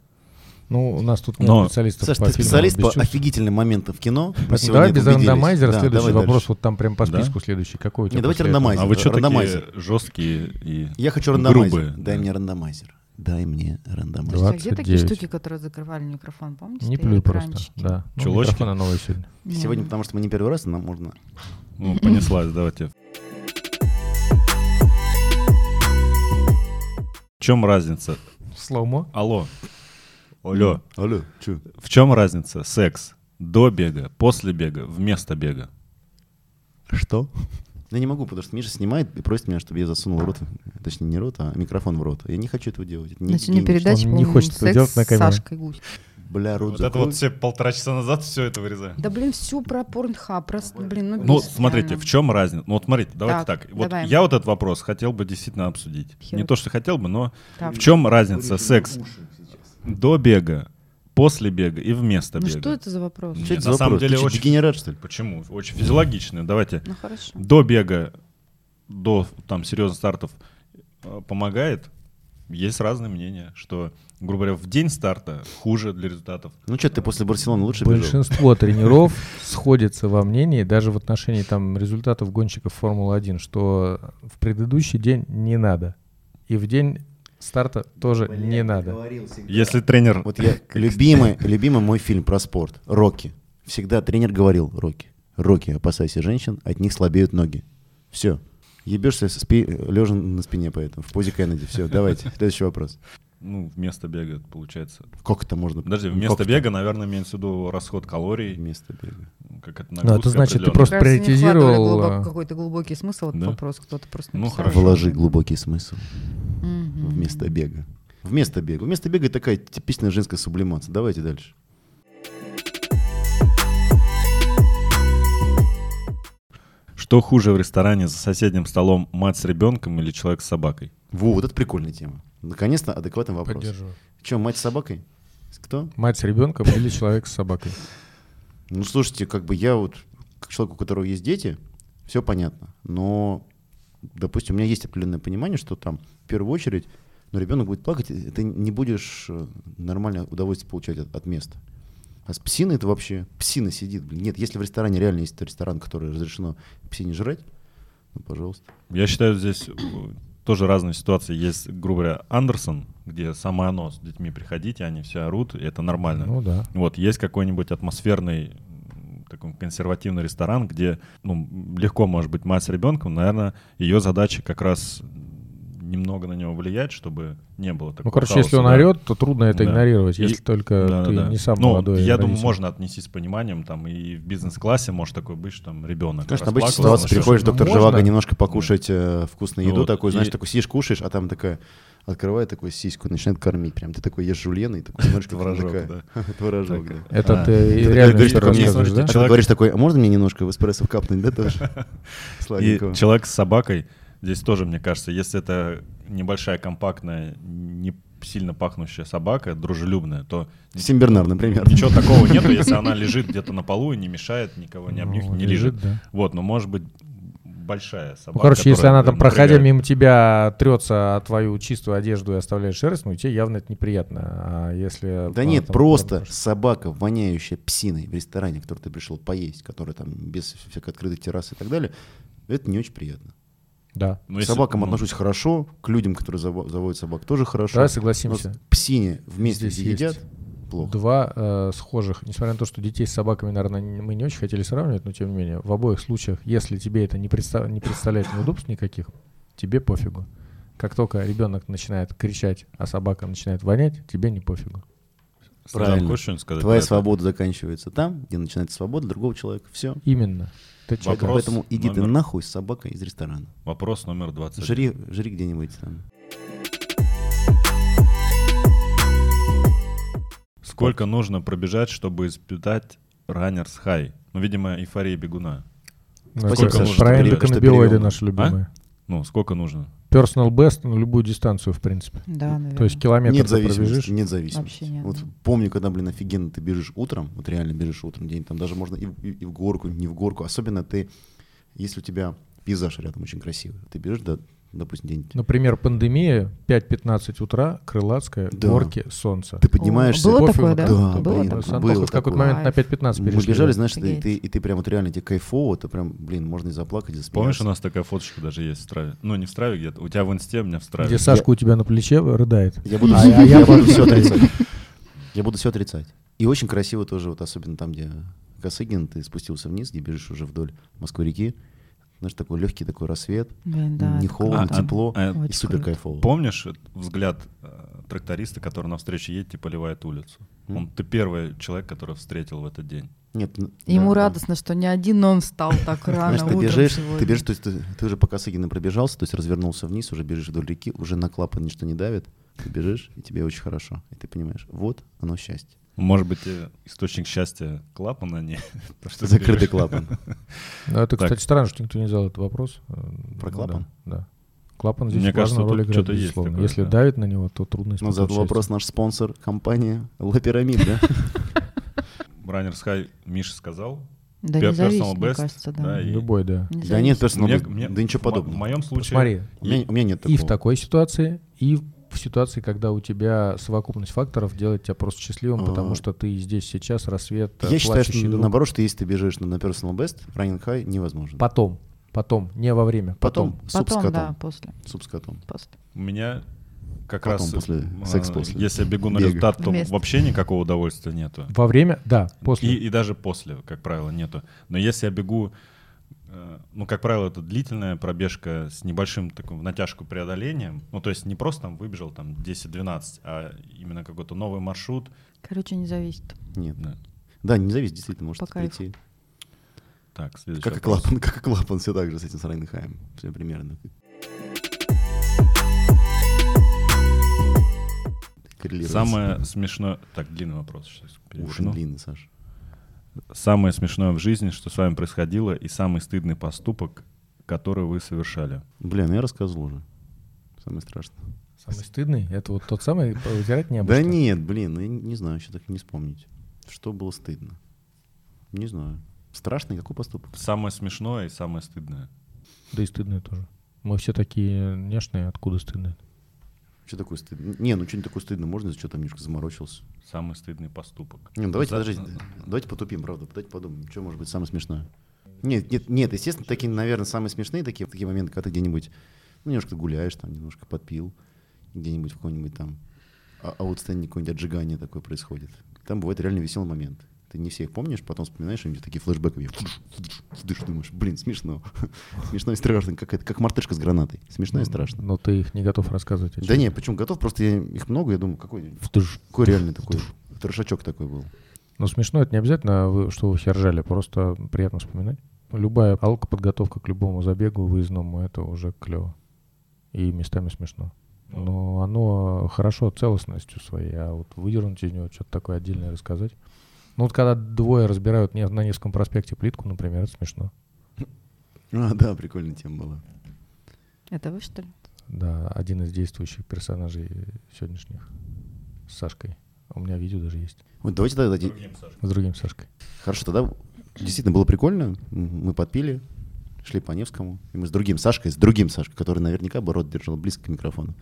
D: Ну, у нас тут нет
A: Но-
D: специалистов
B: *laughs* Саш,
D: по
B: ты
D: фильмам
B: специалист
D: без
B: по
D: чувств.
B: офигительным моментам в кино. Мы сегодня
D: Давай
B: это
D: без
B: убедились.
D: рандомайзера.
B: Да,
D: Следующий
B: давай
D: вопрос
B: дальше.
D: вот там прям по
A: Да?
D: списку следующий. Какой у тебя
B: Не, давайте
D: после этого?
B: рандомайзер.
A: А вы что такие
B: Рандомайзер.
A: жесткие и
B: Я хочу рандомайзер.
A: грубые?
B: Дай мне рандомайзер. Дай мне рандомайзер.
C: Слушайте, а где такие
D: 29.
C: штуки, которые закрывали микрофон, помните?
D: Не
C: стояли
D: плюй просто.
C: кранчики?
D: Да. Ну,
A: Чулочки?
D: микрофоны новые сегодня.
C: Не,
B: Сегодня,
C: ну,
B: потому что мы не первый раз, нам можно...
A: Ну, понеслась, давайте. В чем разница?
D: Слоумо?
A: Алло. Алло.
B: Алло, че?
A: В чем разница? Секс до бега, после бега, вместо бега.
B: Что? Ну, Я не могу, потому что Миша снимает и просит меня, чтобы я засунул рот, в- точнее не рот, а микрофон в рот. Я не хочу этого делать. Это не
C: На сегодня
B: гигиенично.
C: передача,
D: Он не
C: по-моему,
D: хочет этого
C: секс
D: делать на
C: с
D: камеру.
C: Сашкой Гусь.
B: Бля, рот
A: Вот это
B: закрой.
A: вот все полтора часа назад все это вырезаем.
C: Да, блин, всю про порнхаб, просто, блин, ну
A: Ну,
C: бесит,
A: смотрите,
C: реально.
A: в чем разница? Ну, вот смотрите, давайте так.
C: Так,
A: Вот
C: давай.
A: я вот этот вопрос хотел бы действительно обсудить.
C: Хер.
A: Не то, что хотел бы, но
C: Так.
A: в чем разница секс до бега, после бега и вместо
C: Ну
A: бега?
C: что это за вопрос?
A: Чё
B: Что это за
A: на самом
B: вопрос? Ты
A: деле
B: чё,
A: очень-
B: дегенерат, что ли?
A: Почему? Очень физиологично. Давайте.
C: Ну хорошо.
A: До бега, до там серьезных стартов э, помогает. Есть разные мнения, что, грубо говоря, в день старта хуже для результатов.
B: Ну что, ты после Барселоны лучше бежал?
D: Большинство тренеров сходятся во мнении, даже в отношении там результатов гонщиков Формулы-1, что в предыдущий день не надо. И в день старта тоже не надо.
A: Если тренер...
B: Вот
A: *laughs*
B: я любимый, любимый мой фильм про спорт. Рокки. Всегда тренер говорил Рокки. Рокки, опасайся женщин, от них слабеют ноги. Все. Ебешься спи, лежа на спине, поэтому. В позе Кеннеди.
A: *laughs*
B: Все, давайте. Следующий вопрос.
A: Ну, вместо бега, получается.
B: Как это можно?
A: Подожди,
B: как
A: вместо
B: это?
A: бега, наверное, имеется в виду расход калорий,
B: Вместо бега.
A: как это
D: Ну, это
A: нагрузка
D: значит, ты
A: определенная.
D: просто
C: Кажется, не
D: приоритизировал,
C: вкладывали глубоко
D: а.
C: какой-то глубокий смысл этот
A: Да.
C: вопрос, кто-то просто
A: Ну,
C: написал.
A: хорошо.
B: Вложи глубокий смысл
C: Мгм.
B: вместо бега. Вместо бега. Вместо бега такая типичная женская сублимация. Давайте дальше.
A: Что хуже в ресторане за соседним столом мать с ребенком или человек с собакой?
B: Во, вот это прикольная тема. Наконец-то адекватный вопрос. Че, мать с собакой? С- Кто?
D: Мать с ребенком или человек с собакой.
B: Ну, слушайте, как бы я вот, как человек, у которого есть дети, все понятно. Но, допустим, у меня есть определенное понимание, что там в первую очередь, но ребенок будет плакать, и ты не будешь э, нормальное удовольствие получать от, от места. А с псиной это вообще псина сидит. Блин. Нет, если в ресторане реально есть ресторан, который разрешено псине жрать, ну, пожалуйста.
A: Я считаю, здесь э, тоже разные ситуации. Есть, грубо говоря, Андерсон, где самое оно, с детьми приходите, они все орут, и это нормально.
D: Ну да.
A: Вот, есть какой-нибудь атмосферный м, такой консервативный ресторан, где ну, легко может быть мать с ребенком, наверное, ее задача как раз м, немного на него влиять, чтобы не было такого.
D: Ну, короче,
A: хаоса,
D: если он
A: да.
D: орет, то трудно это
A: Да.
D: игнорировать,
A: И-
D: если только
A: Да, да,
D: ты
A: да.
D: не сам
A: ну,
D: молодой. а
A: Я думаю,
D: родитель.
A: можно отнестись с пониманием, там и в бизнес-классе может такое быть, что там ребенок.
B: Конечно, обычная
A: расплакался,
B: ситуация.
A: ну, что ж,
B: Приходишь,
D: ну,
B: доктор
D: можно.
B: Живаго, немножко покушать э, вкусную
A: Ну
B: еду,
A: вот,
B: такую, знаешь,
A: и-
B: такой сидишь, кушаешь, а там такая, открывает такую сиську, начинает кормить. Прям ты такой ешь жульена и такой смотришь, как
A: Творожок,
B: вовлекает. *laughs*
A: да. Так.
B: Творожок, да.
D: Это
A: А,
D: ты
A: ты
D: реально
A: говоришь,
D: всё
A: такой, «Мне,
D: рассказываешь,
A: смотрите,
D: да?
B: А ты
A: Человек-
B: говоришь такой, а можно мне немножко в эспрессо капнуть, да, тоже?
A: *laughs* И
B: Сладенького.
A: человек с собакой, здесь тоже, мне кажется, если это небольшая, компактная, не сильно пахнущая собака, дружелюбная, то
B: Симбернар, например.
A: ничего такого
B: *laughs*
A: нету, если она лежит где-то на полу и не мешает, никого не
D: Ну,
A: обнюхивает, не
D: лежит,
A: лежит.
D: да.
A: Вот, но может быть большая собака.
D: Ну, короче, если
A: которая,
D: она там,
A: напрягает.
D: проходя мимо тебя, трется о твою чистую одежду и оставляет шерсть, ну, тебе явно это неприятно. А если...
B: Да
D: она
B: нет,
D: там-
B: просто собака, воняющая псиной в ресторане, в который ты пришел поесть, которая там без всякой открытой террасы и так далее, это не очень приятно.
D: Да.
A: Ну,
B: к
A: если-
B: собакам
A: ну,
B: отношусь хорошо, к людям, которые заво- заводят собак, тоже хорошо.
D: Давай
B: Но
D: согласимся.
B: к псине вместе
D: Здесь
B: где едят, плохо.
D: Два э, схожих. Несмотря на то, что детей с собаками, наверное, мы не очень хотели сравнивать, но тем не менее, в обоих случаях, если тебе это не, предста- не представляет неудобств никаких, тебе пофигу. Как только ребенок начинает кричать, а собака начинает вонять, тебе не пофигу.
A: Станислав,
B: Правильно.
A: хочешь что-нибудь сказать? про
B: Твоя
A: это?
B: свобода заканчивается там, где начинается свобода другого человека. Все.
D: Именно. Ты чё?
A: Вопрос
B: Поэтому иди ты
A: номер-
B: нахуй с собакой из ресторана.
A: Вопрос номер 20.
B: Жри, жри где-нибудь там.
A: Сколько нужно пробежать, чтобы испытать раннерс хай? Ну, видимо, эйфория бегуна.
D: Ну,
B: Спасибо,
D: это
A: Саша,
D: Про
A: что
D: эндоканабиоиды
B: перевёл.
D: наши любимые.
B: А?
A: Ну, сколько нужно?
D: Personal best на любую дистанцию, в принципе.
C: Да, наверное.
D: То есть километр
B: Нет
D: ты
B: зависимости.
D: пробежишь.
B: Нет зависимости.
C: Вообще нет,
B: Вот
C: да.
B: помню, когда, блин, офигенно ты бежишь утром, вот реально бежишь утром, день там даже можно и, в- и- и в горку, не в горку. Особенно ты, если у тебя пейзаж рядом очень красивый, ты бежишь, да, допустим, день.
D: Например, пандемия, 5-15 утра, крылатская,
B: Да.
D: горки, солнце.
B: Ты
C: О,
B: поднимаешься.
C: Было
D: Кофе
C: такое,
D: вот
C: да?
B: это- Да,
C: Было
B: блин,
C: такое.
D: с Антохой
B: было
D: в какой-то
B: такое.
D: момент на 5-15
B: Мы
D: перешли.
B: бежали,
D: да.
B: знаешь, ты,
C: Офигеть.
B: ты- и ты прям вот реально тебе кайфово, это прям, блин, можно и заплакать, и
A: Помнишь,
B: засмеяться.
A: у нас такая фоточка даже есть в страве? Ну, не в страве где-то. У тебя в инсте, у меня в страве.
D: Где Сашка у тебя на плече э, рыдает.
B: Я буду,
D: А,
B: всё-
D: а я
B: я буду
D: буду-
B: все отрицать. *laughs* Я буду все отрицать. И очень красиво тоже, вот особенно там, где Косыгин, ты спустился вниз, где бежишь уже вдоль Москвы-реки. Знаешь, такой легкий такой рассвет,
C: Блин, да,
B: не
C: это
B: холодно,
C: круто.
B: тепло
A: а,
B: и
C: Очень
B: супер
C: круто.
B: кайфово.
A: Помнишь взгляд э, тракториста, который навстречу едет и поливает улицу?
B: М.
A: Он, ты первый человек, который встретил в этот день.
B: Нет, ну,
C: Ему
B: да, да.
C: радостно, что не один он встал
B: *laughs*
C: так рано
B: Знаешь, ты
C: утром
B: бежишь,
C: сегодня.
B: ты бежишь, то есть ты, ты уже по Косыгину пробежался, то есть развернулся вниз, уже бежишь вдоль реки, уже на клапан ничто не давит, ты бежишь, и тебе очень хорошо. И ты понимаешь, вот оно счастье.
A: Может быть, э, источник счастья клапан, а не *laughs* то, что ты
B: Закрытый
A: бежишь.
B: клапан.
D: Ну, это,
A: Так.
D: кстати, странно, что никто не задал этот вопрос. Э,
B: Про
D: ну
B: клапан?
D: Да. да. Клапан здесь
A: Мне
D: важную
A: кажется,
D: роль
A: тут
D: играет,
A: что-то есть
D: безусловно.
A: такое,
D: Если
A: да.
D: давит на него, то трудно
B: Но
D: испытать
B: задал
D: счастье.
B: Ну, вопрос наш спонсор, компания Ла Пирамид, да?
A: Раннерс Хай Миша сказал.
C: Да
A: Пер-
C: не зависит,
A: personal
C: мне
A: best,
C: кажется, да.
A: да, и-
D: Любой, да.
C: Не
B: Да нет,
C: зависит.
B: персонал,
A: Мне-
B: бренд,
A: мне-
B: да ничего
A: в мо-
B: подобного.
A: В моем случае...
D: Смотри,
B: У меня, у меня нет такого.
D: и в такой ситуации, и в ситуации, когда у тебя совокупность факторов делает тебя просто счастливым,
B: А.
D: потому что ты здесь сейчас, рассвет, э,
B: Я считаю, что
D: плачущий друг.
B: наоборот, что если ты бежишь ну, на, на personal best, running high невозможно.
D: Потом, потом, не во время, потом.
B: Потом, суп с
C: Потом,
B: котом.
C: да, после.
B: Суп с котом.
C: после.
A: У меня как
B: Потом,
A: раз...
B: после-
A: э,
B: секс после.
A: Если я бегу на
B: Бега.
A: результат, то
C: Вместе.
A: вообще никакого удовольствия нету.
D: Во время, да, после.
A: И, и даже после, как правило, нету. Но если я бегу, э, ну, как правило, это длительная пробежка с небольшим таким в натяжку преодолением. Ну, то есть не просто там выбежал там 10-12, а именно какой-то новый маршрут.
C: Короче, не зависит.
B: Нет.
A: Да.
B: Да, не зависит, действительно, может
C: По кайфу.
B: прийти.
A: Так, следующий
B: Как и
A: вопрос.
B: клапан, как и клапан, все так же с этим с running high. Все примерно. Коррелируется.
A: Самое смешное... Так, длинный вопрос сейчас
B: Уши
A: переверну.
B: длинные, Саша.
A: Самое смешное в жизни, что с вами происходило, и самый стыдный поступок, который вы совершали.
B: Бля, ну я рассказывал уже. Самое страшное.
D: Самый стыдный, это вот тот самый, э, вытирать не обо
B: Да
D: что.
B: нет, блин, ну я не- не знаю, еще так и не вспомнить. Что было стыдно? Не знаю. Страшный какой поступок?
A: Самое смешное и самое стыдное.
D: Да и стыдные тоже. Мы все такие няшные, откуда стыдные?
B: Что такое стыдно? Не, ну что-нибудь такое стыдно, можно, что там немножко заморочился.
A: Самый стыдный поступок.
B: Не, ну давайте,
A: За-
B: подождите, давайте потупим, правда, давайте подумаем, что может быть самое смешное. Нет, нет, нет, естественно, такие, наверное, самые смешные такие, такие моменты, когда ты где-нибудь, ну, немножко гуляешь, там, немножко подпил, где-нибудь в каком-нибудь там а- аутстенде какое-нибудь отжигание такое происходит. Там бывает реально веселый момент. Ты не всех помнишь, потом вспоминаешь, и у них такие флешбеки. Я фудыш, фудыш, фудыш, думаешь, блин, смешно. *laughs* смешно и страшно, как, это, как мартышка с гранатой. Смешно и страшно.
D: Ну, Но ты их не готов рассказывать.
B: Да не, почему готов, просто я, их много, я думаю, какой,
D: Вдыш.
B: какой реально такой трешачок такой был.
D: Но смешно это не обязательно, а вы- что вы все ржали, просто приятно вспоминать. Любая алкоподготовка к любому забегу выездному, это уже клево. И местами смешно. но оно хорошо целостностью своей, а вот выдернуть из него что-то такое отдельное рассказать. Ну вот когда двое разбирают не- на Невском проспекте плитку, например, это смешно.
B: *laughs* А, да, прикольная тема была.
C: Это вы, что ли?
D: Да, один из действующих персонажей сегодняшних с Сашкой. У меня видео даже есть.
B: Вот давайте тогда... де-
D: С другим Сашкой.
B: Хорошо, тогда действительно было прикольно. М, Мы подпили, шли по Невскому. И мы с другим Сашкой, с другим Сашкой, который наверняка бы рот держал близко к микрофону.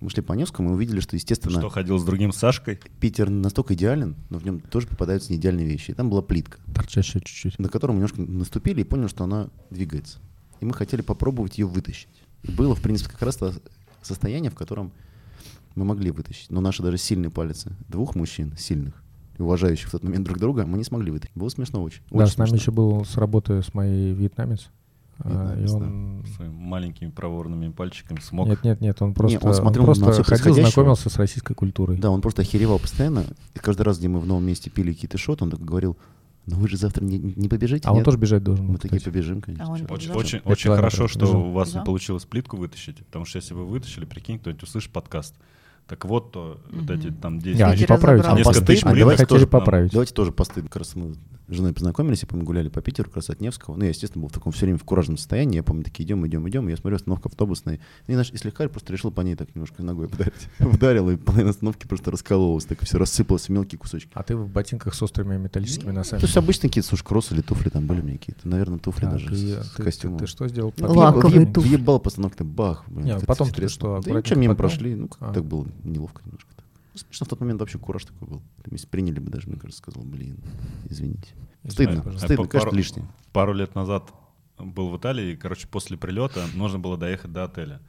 B: Мы шли по Невскому и увидели, что, естественно,
A: Что ходил с другим Сашкой?
B: Питер настолько идеален, но в нем тоже попадаются неидеальные вещи. И там была плитка,
D: Торчащая чуть-чуть.
B: на которую мы немножко наступили и поняли, что она двигается. И мы хотели попробовать ее вытащить. И было, в принципе, как раз то состояние, в котором мы могли вытащить. Но наши даже сильные палицы двух мужчин, сильных, и уважающих в тот момент друг друга, мы не смогли вытащить. Было смешно очень.
D: Да,
B: Очень
D: с нами
B: смешно.
D: еще был с работы с моей вьетнамец. а,
B: Вьетнамец,
D: и он...
A: Своими маленькими проворными пальчиками смог.
D: Нет, нет, нет, он просто,
B: он смотрел
D: он просто
B: на всё
D: ходил,
B: происходящее.
D: знакомился с российской культурой.
B: Да, он просто охеревал постоянно. И каждый раз, где мы в новом месте пили какие-то шоты, он так говорил, ну вы же завтра не, не побежите,
D: а он
B: нет?»
D: тоже бежать должен. был,
B: Мы такие
D: кстати.
B: побежим, конечно.
C: А он
B: чё.
A: Очень,
C: Бежал?
A: очень,
D: Пять
A: очень хорошо,
D: километров
A: что
D: бежал.
A: у вас
C: Бежал?
A: не получилось плитку вытащить, потому что если вы вытащили, прикинь, кто-нибудь услышит подкаст. Так вот, то вот
C: Мгм.
A: эти там
D: Не, они А
C: Питер
A: 10
D: поправить.
C: разобрал.
D: не
A: Несколько
D: хотели.
A: тысяч
D: Они
A: бриллиантов
D: хотели
A: тоже нам.
D: поправить.
B: Давайте тоже постыдно. Как раз мы с женой познакомились, я помню, гуляли по Питеру, как раз от Невского. Ну, я, естественно, был в таком все время в куражном состоянии. Я помню, такие идем, идем, идем. Я смотрю, остановка автобусная. И, наш, и слегка просто решил по ней так немножко ногой ударить. *laughs* Ударил, и половина остановки просто раскололась. Так все рассыпалось в мелкие кусочки.
D: А ты в ботинках с острыми металлическими носами.
B: То есть обычно какие-то сушь кроссы или туфли там были у меня какие-то. Наверное, туфли
D: Так,
B: даже
D: и
B: с, с
D: ты-
B: костюмом.
D: Ты, ты что сделал?
C: Ну,
D: Подъебал?
C: лаковые
B: Въеб-
C: туфли.
B: Въебал постановка, бах. блин,
D: Не,
B: как это
D: потом ты
B: интересно.
D: что,
B: Да
D: аккуратненько
B: ничего, мимо
D: поднял?
B: прошли. Ну, как
D: А.
B: так было неловко немножко. так. Ну, Смешно, в тот момент вообще кураж такой был. Мы приняли бы даже, мне кажется, сказал, блин, извините. Стыдно,
D: пожалуйста.
B: стыдно,
A: А по-
B: кажется,
A: пару-
B: лишнее.
A: Пару лет назад был в Италии, и, короче, после прилета нужно было доехать до отеля.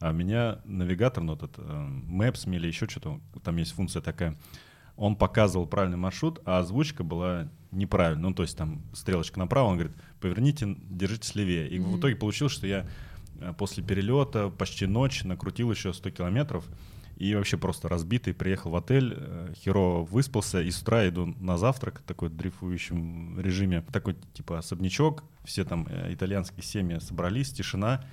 A: А меня навигатор, ну, этот э, Maps или еще что-то, там есть функция такая, он показывал правильный маршрут, а озвучка была неправильная. Ну, то есть там стрелочка направо, он говорит, поверните, держитесь левее. И в
C: Мгм.
A: итоге получилось, что я э, после перелета почти ночь накрутил еще 100 километров и вообще просто разбитый приехал в отель, э, херово выспался, и с утра иду на завтрак, такой дрейфующем режиме, такой типа особнячок, все там э, итальянские семьи собрались, тишина,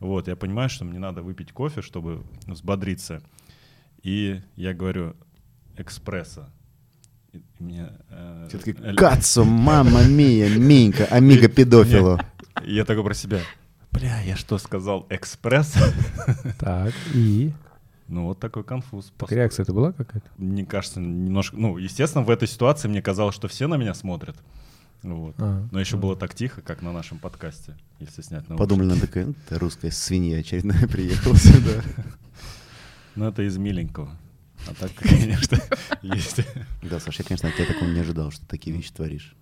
A: вот, я понимаю, что мне надо выпить кофе, чтобы взбодриться, и я говорю, экспресса, и мне... э,
B: Все-таки
A: Эль-
B: Кацу, мама мия, минька, амиго педофило.
A: и я такой про себя, бля, я что сказал, экспресс?
D: Так, и...
A: Ну вот такой конфуз.
D: Так
A: пос-
D: реакция-то была какая-то?
A: мне кажется, немножко, ну, естественно, в этой ситуации мне казалось, что все на меня смотрят. Вот.
D: А,
A: Но еще
D: а.
A: было так тихо, как на нашем подкасте, если снять на
B: Подумали, она такая, «Ну, ты русская свинья очередная *laughs* приехала сюда.
A: Ну, это из миленького. А так, *laughs* конечно, есть.
B: Да, Саша, я, конечно, от тебя такого не ожидал, что ты такие вещи творишь.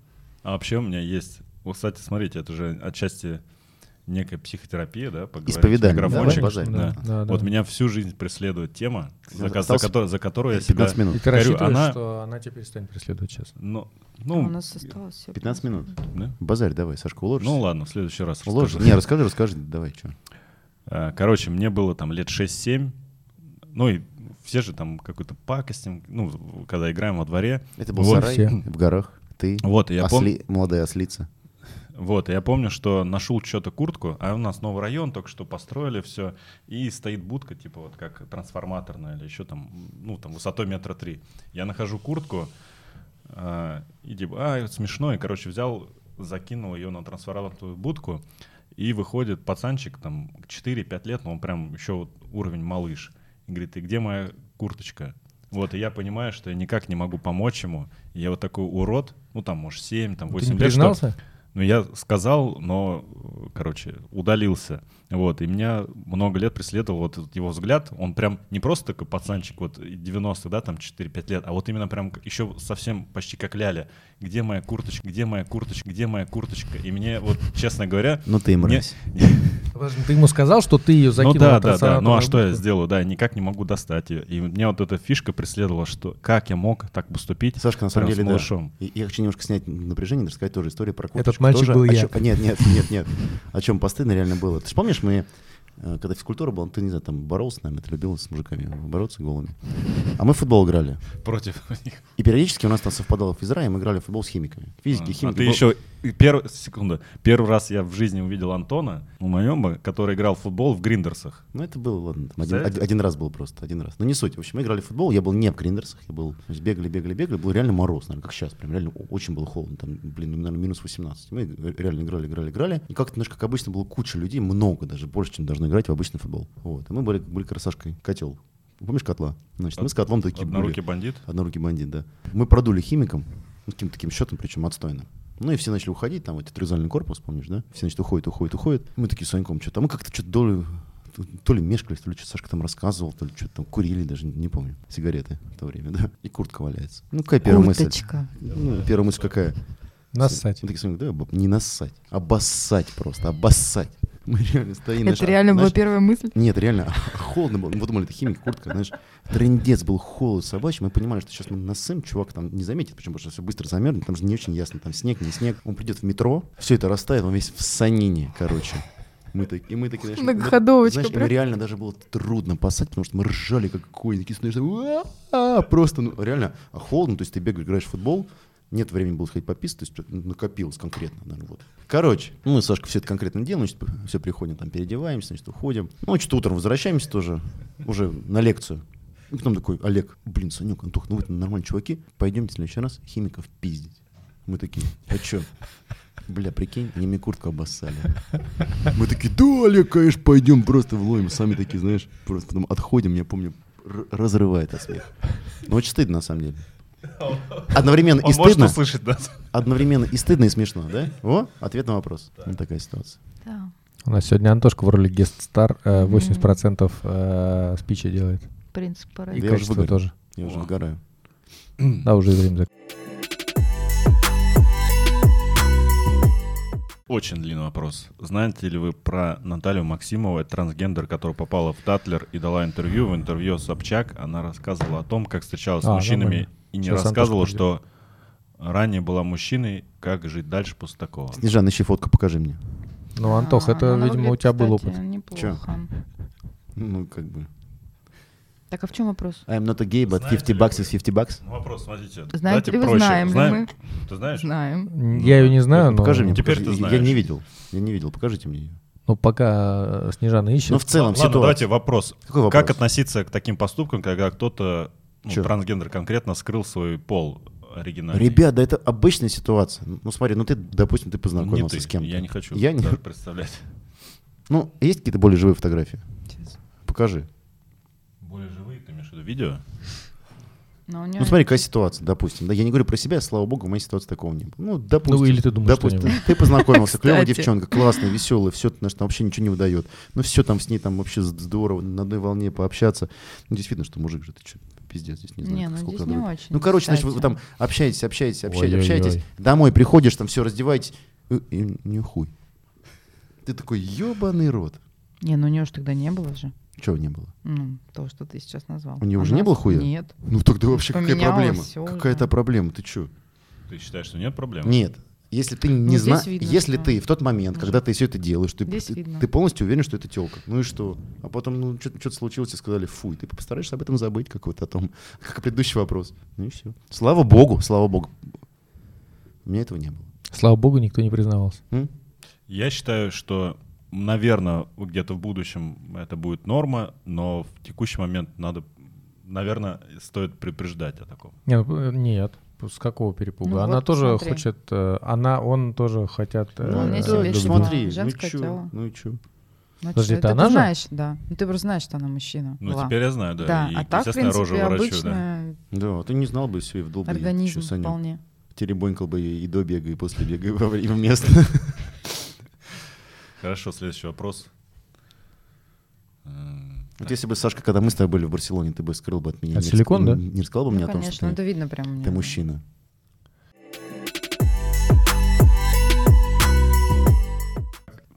A: А вообще у меня есть... Вот, кстати, смотрите, это же отчасти некая психотерапия, да? поговорить в
B: Исповедание, да,
A: микрофончик.
B: обожаю.
A: Да.
D: да,
A: Вот
D: да.
A: меня всю жизнь преследует тема, за, ко- за
B: Осталось
A: которую, за которую я
B: 15
A: себя...
D: И
B: минут.
D: ты
A: Говорю,
D: рассчитываешь,
A: она-
D: что она тебя перестанет преследовать сейчас.
A: Ну,
C: А
A: ну,
C: у нас осталось всего
B: 15 минут.
A: да?
B: Базарь, давай, Сашка, уложишься?
A: ну ладно, в следующий раз
B: Уложишь?
A: расскажу.
B: Не, расскажи, расскажи, давай, что.
A: А, Короче, мне было там лет 6-7. Ну и все же там какой-то пакостим, ну, когда играем во дворе.
B: Это был
A: Вот
B: сарай
D: все.
B: в горах. Ты,
A: Вот, и я помню,
B: осли- молодая ослица.
A: вот, и я помню, что нашел что-то куртку, а у нас новый район, только что построили все, и стоит будка, типа вот как трансформаторная или еще там, ну, там высотой метра три. Я нахожу куртку, а, и типа, а, это смешно, и, короче, взял, закинул ее на трансформаторную будку, и выходит пацанчик, там, 4-5 лет, но он прям еще вот уровень малыш, и говорит, и где моя курточка? Вот, и я понимаю, что я никак не могу помочь ему, и я вот такой урод, ну, там, может, 7, там, 8
D: ты не
A: лет, что-
D: признался?
A: ну, я сказал, но, э, короче, удалился. Вот, и меня много лет преследовал вот этот его взгляд. Он прям не просто такой пацанчик, вот 90, да, там 4-5 лет, а вот именно прям к- еще совсем почти как ляля. Где моя курточка, где моя курточка, где моя курточка? И мне вот, честно говоря...
B: Ну ты и
A: не-
B: мразь.
D: Подожди, Ты ему сказал, что ты ее
A: Ну
D: закинул?
A: да,
D: на
A: да, да.
D: трансформаторную
A: Ну а что я
D: будку?
A: сделаю? Да, никак не могу достать ее. И меня вот эта фишка преследовала, что как я мог так поступить
B: Сашка, на самом
A: прям с
B: деле, да.
A: малышом.
B: И- Я хочу немножко снять напряжение, и рассказать тоже историю про курточку.
D: Этот мальчик
B: Тоже
D: был
B: о
D: я.
B: чём- Нет, нет, нет, нет. О чем постыдно реально было. Ты же помнишь, мы, э, когда физкультура была, ты, не знаю, там боролся, наверное, ты любил с мужиками бороться голыми. А мы в футбол играли.
A: Против *laughs* них.
B: И периодически у нас там совпадало физра, и мы играли в футбол с химиками. Физики,
A: А,
B: химики.
A: ты
B: был-
A: еще И Первый, секунду. Первый раз я в жизни увидел Антона у моем, который играл в футбол в Гриндерсах.
B: Ну, это было, ладно, там один,
A: Представляете?
B: од- один раз был просто, один раз. Ну, не суть. В общем, мы играли в футбол, я был не в гриндерсах, я был, то есть бегали, бегали, бегали, был реально мороз, наверное, как сейчас, прям реально о- очень было холодно, там, блин, ну, наверное, минус 18. Мы ре- реально играли, играли, играли, и как-то, знаешь, как обычно, было куча людей, много даже, больше, чем должно играть в обычный футбол. Вот, и мы были, были красашкой, котел. Помнишь котла? Значит, мы с котлом такие были.
A: Однорукий бандит.
B: Однорукий бандит, да. Мы продули химиком, ну, каким-то таким счетом, причем отстойным. Ну и все начали уходить, там вот этот трезальный корпус, помнишь, да? Все, значит, уходят, уходят, уходят. Мы такие с Саньком что-то. А мы как-то что-то долю то ли мешкались, то ли что Сашка там рассказывал, то ли что-то там курили, даже не помню. Сигареты в то время, *laughs* да. И куртка валяется. Ну, какая первая
C: Курточка.
B: мысль? Ну, первая мысль какая?
D: Нассать.
B: Мы такие с Саньком, да, баб, не нассать, обоссать просто, обоссать. Мы реально стоим. знаешь,
E: Это реально была
B: знаешь,
E: первая мысль.
B: нет, реально, *laughs* холодно было. Мы думали, это химик, куртка, знаешь, трендец был холод собачий. Мы понимали, что сейчас мы насым, чувак там не заметит, почему, потому что все быстро замерзнет, там же не очень ясно, там снег, не снег. Он придет в метро, все это растает, он весь в санине, короче. Мы так, и мы такие, знаешь,
E: Многоходовочка
B: знаешь, и
E: прям.
B: мы реально даже было трудно пасать, потому что мы ржали как кони, такие становишься, «Уа-а-а!» просто, ну, реально, а холодно, то есть ты бегаешь, играешь в футбол, нет времени было сходить пописать, то есть накопилось конкретно, наверное, вот. Короче, ну, мы с Сашкой все это конкретно делаем, значит, все приходим, там, переодеваемся, значит, уходим. Ну, что-то утром возвращаемся тоже, уже на лекцию. И потом такой, Олег, блин, Санек, Антох, ну вы нормальные чуваки, пойдемте в следующий раз химиков пиздить. Мы такие, а чё? Бля, прикинь, они мне куртку обоссали. Мы такие, да, Олег, конечно, пойдем, просто влоим. Сами такие, знаешь, просто потом отходим, я помню, р- разрывает от смеха. Ну, очень стыдно, на самом деле. Одновременно и
A: Он может
B: стыдно,
A: А услышать нас.
B: одновременно и стыдно, и смешно,
A: *laughs*
B: да? О, ответ на вопрос. Вот такая ситуация.
E: Да.
D: У нас сегодня Антошка в роли гест-стар э, 80% э, спича делает.
E: Принцип пора.
D: И
B: Да я уже
D: качество
B: выгорел.
D: тоже.
B: Я уже
A: О.
B: выгораю.
D: Да, уже и время зак-
A: *laughs* Очень длинный вопрос. Знаете ли вы про Наталью Максимову, это трансгендер, которая попала в Татлер и дала интервью? В интервью Собчак она рассказывала о том, как встречалась с
D: А,
A: мужчинами
D: нормально.
A: и не
D: Сейчас
A: рассказывала,
D: Антошка
A: что ранее была мужчиной, как жить дальше после такого.
B: Снежана, ищи фотку, покажи мне.
D: Ну, Антох,
C: А,
D: это,
C: она
D: видимо, у
C: выглядит,
D: тебя был
C: кстати,
D: опыт.
C: Неплохо.
B: Ну, как бы.
C: Так а в чем вопрос?
B: I'm not a gay, but
A: Знаете
B: 50
A: ли
B: bucks
A: вы?
B: is 50 bucks.
A: Ну, Вопрос, смотрите.
E: Знаете
A: дайте
E: ли вы,
A: проще.
E: знаем ли
A: Знаем?
E: мы?
A: Ты знаешь?
E: Знаем.
D: Я ее не знаю, но...
B: покажи мне.
A: Теперь
B: покажи.
A: ты
B: Я-
A: знаешь.
B: Я не видел. Я не видел. Покажите мне ее.
D: Ну, пока э, Снежана ищет.
B: Ну, в целом,
A: Ладно, давайте
B: ситуация.
A: вопрос.
B: Какой вопрос?
A: Как относиться к таким поступкам, когда кто-то, ну,
B: Чё?
A: трансгендер конкретно, скрыл свой пол оригинальный?
B: Ребят, да это обычная ситуация. Ну смотри, ну ты, допустим, ты
A: не
B: познакомился
A: ты.
B: с кем-то.
A: Я не хочу
B: Я не...
A: даже представлять.
B: Ну, есть какие-то более живые фотографии? Покажи.
A: Более живые, ты имеешь в виду видео?
C: Но у неё-
B: Ну смотри, какая ситуация, допустим. Да, я не говорю про себя, слава богу, в моей ситуации такого не было. Ну, допустим.
D: Ну, или ты думаешь
B: допустим,
D: что-нибудь.
B: ты познакомился, клевая
E: Кстати.
B: девчонка, классная, веселая, все, знаешь, там вообще ничего не выдает. Ну, все там с ней там вообще здорово, на одной волне пообщаться. Ну, здесь видно, что мужик же, ты что, пиздец, здесь не знаю,
C: Не,
B: как-
C: ну
B: сколько
C: здесь
B: надо
C: не
B: быть.
C: очень.
B: Ну, короче, значит, вы, вы
C: кстати.
B: там общаетесь, общаетесь, общаетесь,
D: Ой-ой-ой.
B: общаетесь. Домой приходишь, там все раздеваетесь. И, и нихуй. Ты такой, ебаный рот.
C: Не, ну у нее же тогда не было же.
B: Чего не было?
C: Ну, то, что ты сейчас назвал.
B: У неё уже
C: Она
B: не было
C: с-
B: хуя?
C: Нет.
B: Ну тогда вообще какая
C: Поменялось
B: проблема?
C: всё
B: Какая-то
C: уже.
B: проблема, ты чё?
A: Ты считаешь, что нет проблем?
B: Нет. Если ты не
C: Ну, здесь
B: знаешь,
C: видно,
B: если
C: что-
B: ты в тот момент,
C: Уже.
B: когда ты все это делаешь, ты,
C: Здесь
B: ты-
C: видно.
B: ты полностью уверен, что это телка. Ну и что? А потом ну, что-то случилось и сказали, фу, и ты постараешься об этом забыть, как вот о том, *laughs* как предыдущий вопрос. Ну и все. Слава богу, слава богу. У меня этого не было.
D: Слава богу, никто не признавался.
B: М?
A: Я считаю, что, наверное, где-то в будущем это будет норма, но в текущий момент надо, наверное, стоит предупреждать о таком.
D: Не, ну, э, Нет. С какого перепуга?
C: Ну,
D: она
C: вот
D: тоже
C: смотри.
D: хочет, э, она, он тоже хотят. э,
C: вполне
B: да,
C: себе
B: ну
D: любви.
C: шло.
B: смотри, ну
C: Женское
B: чё,
C: тело.
B: ну и чё?
C: Ну, это
D: Подожди,
C: что,
D: это
C: это
D: она
C: ты
D: же?
C: знаешь, да. Ну, ты просто знаешь, что она мужчина.
A: Ну,
C: была.
A: теперь я знаю, да.
C: Да,
A: и,
C: а так, в
A: естественно, рожу
C: принципе,
A: ворочу, да.
C: обычно
B: Да, ты не знал бы все и вдолбил. бы.
C: организм
B: Чё, Саня,
C: вполне.
B: Теребонькал бы и до бега, и после бега, *laughs* и во время места.
A: Хорошо, следующий вопрос. Эм,
B: Вот если бы, Сашка, когда мы с тобой были в Барселоне, ты бы скрыл бы от меня.
D: А
B: не
D: силикон,
B: рас-
D: да?
B: Не рассказал бы мне
C: Ну,
B: о том, что
C: конечно,
B: ты-
C: это видно прям мне.
B: ты мужчина.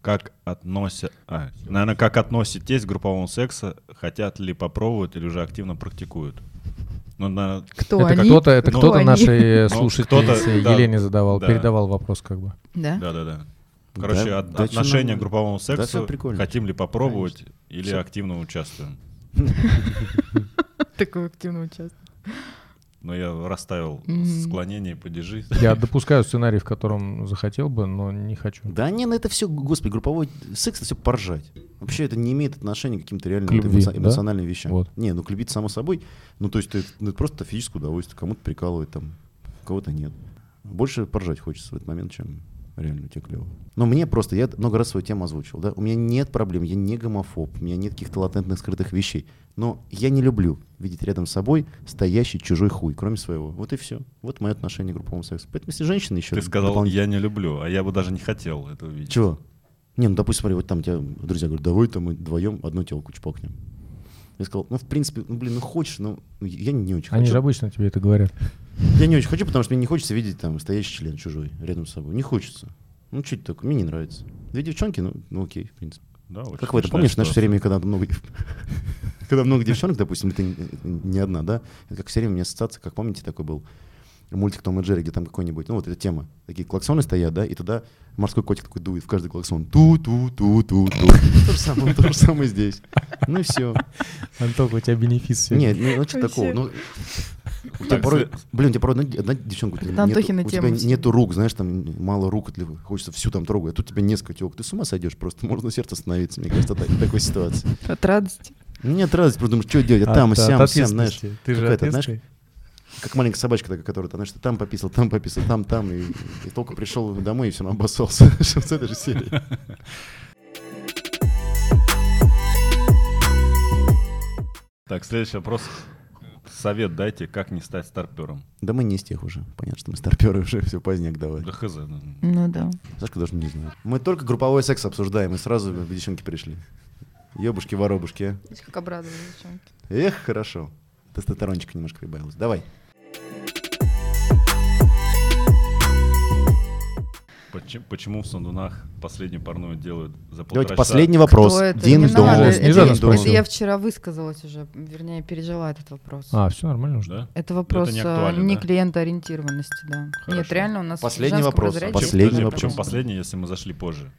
A: Как относя... а, наверное, как относитесь к групповому сексу? Хотят ли попробовать или уже активно практикуют? Ну, наверно,
C: Кто
D: это
C: они?
D: кто-то, это
A: Ну,
D: кто-то
E: *laughs*
C: они?
D: нашей э,
A: Ну,
D: слушательнице
A: кто-то, да,
D: Елене задавал,
A: да.
D: передавал вопрос как бы.
C: *laughs* Да?
A: да-да-да. Короче,
B: Да,
A: от-
B: да, чё
A: отношение
B: нам-
A: к групповому сексу.
B: всё прикольно.
A: хотим ли попробовать или активно участвуем?
E: Такой активный участок.
A: но Ну, я расставил
E: Мгм.
A: склонение и падежи.
D: Я допускаю сценарий, в котором захотел бы, но не хочу.
B: Да не, на это все, господи, групповой секс, это все поржать. Вообще это не имеет отношения к каким-то реальным
D: К любви,
B: эмоци-
D: да?
B: эмоциональным вещам.
D: Вот.
B: Не, ну к любить само собой, ну то есть это, ну, это просто физическое удовольствие, кому-то прикалывает там, кого-то нет. Больше поржать хочется в этот момент, чем реально у тебя клево. Но мне просто, я много раз свою тему озвучил, да, у меня нет проблем, я не гомофоб, у меня нет каких-то латентных скрытых вещей, но я не люблю видеть рядом с собой стоящий чужой хуй, кроме своего. Вот и все. Вот мое отношение к групповому сексу. Поэтому если женщина еще...
A: Ты сказал,
B: дополнительно-
A: я не люблю, а я бы даже не хотел это видеть.
B: чего? Не, ну допустим, смотри, вот там тебя друзья говорят, давай там мы вдвоем одну телку чпокнем. Я сказал, ну в принципе, ну блин, ну хочешь, ну я не очень
D: Они
B: хочу.
D: же обычно тебе это говорят.
B: Я не очень хочу, потому что мне не хочется видеть там стоящий член чужой рядом с собой. Не хочется. Ну чуть только, мне не нравится. Две девчонки, ну, ну окей, в принципе.
A: Да, очень
B: как вы это
A: смешная
B: помнишь, в наше
A: ситуация.
B: время, когда много, дев- *laughs* когда много девчонок, допустим, ты не- не одна, да? Это как все время у меня ассоциация, как помните, такой был мультик Том и Джерри, где там какой-нибудь, ну вот эта тема, такие клаксоны стоят, да, и туда морской котик такой дует в каждый клаксон. Ту-ту-ту-ту-ту. *laughs* То же самое, то же самое здесь. Ну и все.
D: Антон, у тебя бенефис сегодня.
B: Нет, ну, ну что такого? Ну, у тебя
A: Так,
B: порой,
A: за-
B: блин, у тебя порой одна, одна девчонка, у тебя,
E: Это Антохина
B: нету, у
E: тема
B: тебя
E: всегда.
B: нету рук, знаешь, там мало рук, ты хочется всю там трогать, а тут тебе несколько телок, ты с ума сойдешь просто, можно сердце остановиться, мне кажется, так- в такой ситуации.
E: От радости.
B: Нет радость, просто думаешь, что делать, а там,
D: От-
B: сям,
D: от
B: сям, знаешь,
D: ответственности. Ты же
B: как это, знаешь,
D: ответственный.
B: как маленькая собачка такая, которая, там, знаешь, ты там пописал, там пописал, там, там, и, и только пришел домой и все равно *laughs* обоссался с этой же серии.
A: Так, следующий вопрос. Совет дайте, как не стать старпером.
B: Да мы не из тех уже, понятно, что мы старперы уже, все поздняк давай.
A: Да хз. ну,
E: Ну да.
B: Сашка даже не знает. Мы только групповой секс обсуждаем, и сразу девчонки пришли. Ёбушки-воробушки.
E: Видишь, Как обрадовали девчонки.
B: а. Эх, хорошо. Тестостерончика немножко прибавилось. Давай.
A: почем- Почему в Сандунах последний парную делают за
B: Давайте
A: полтора
B: последний
E: Кто
B: вопрос.
E: это?
B: Дин
E: Не
B: дон.
E: надо,
D: Снежана
E: Это, это
D: спросила.
E: я вчера высказалась уже, вернее, пережила этот вопрос.
D: А, все нормально уже.
A: Да?
E: Это вопрос
A: не
E: не,
A: актуально,
E: не
A: да?
E: клиентоориентированности, да.
A: Хорошо.
E: Нет, реально у нас в
B: Последний
E: женском
B: вопрос.
E: разряде-
A: Почему-
B: Последний
A: подожди,
B: вопрос.
A: Почему последний, если мы зашли позже?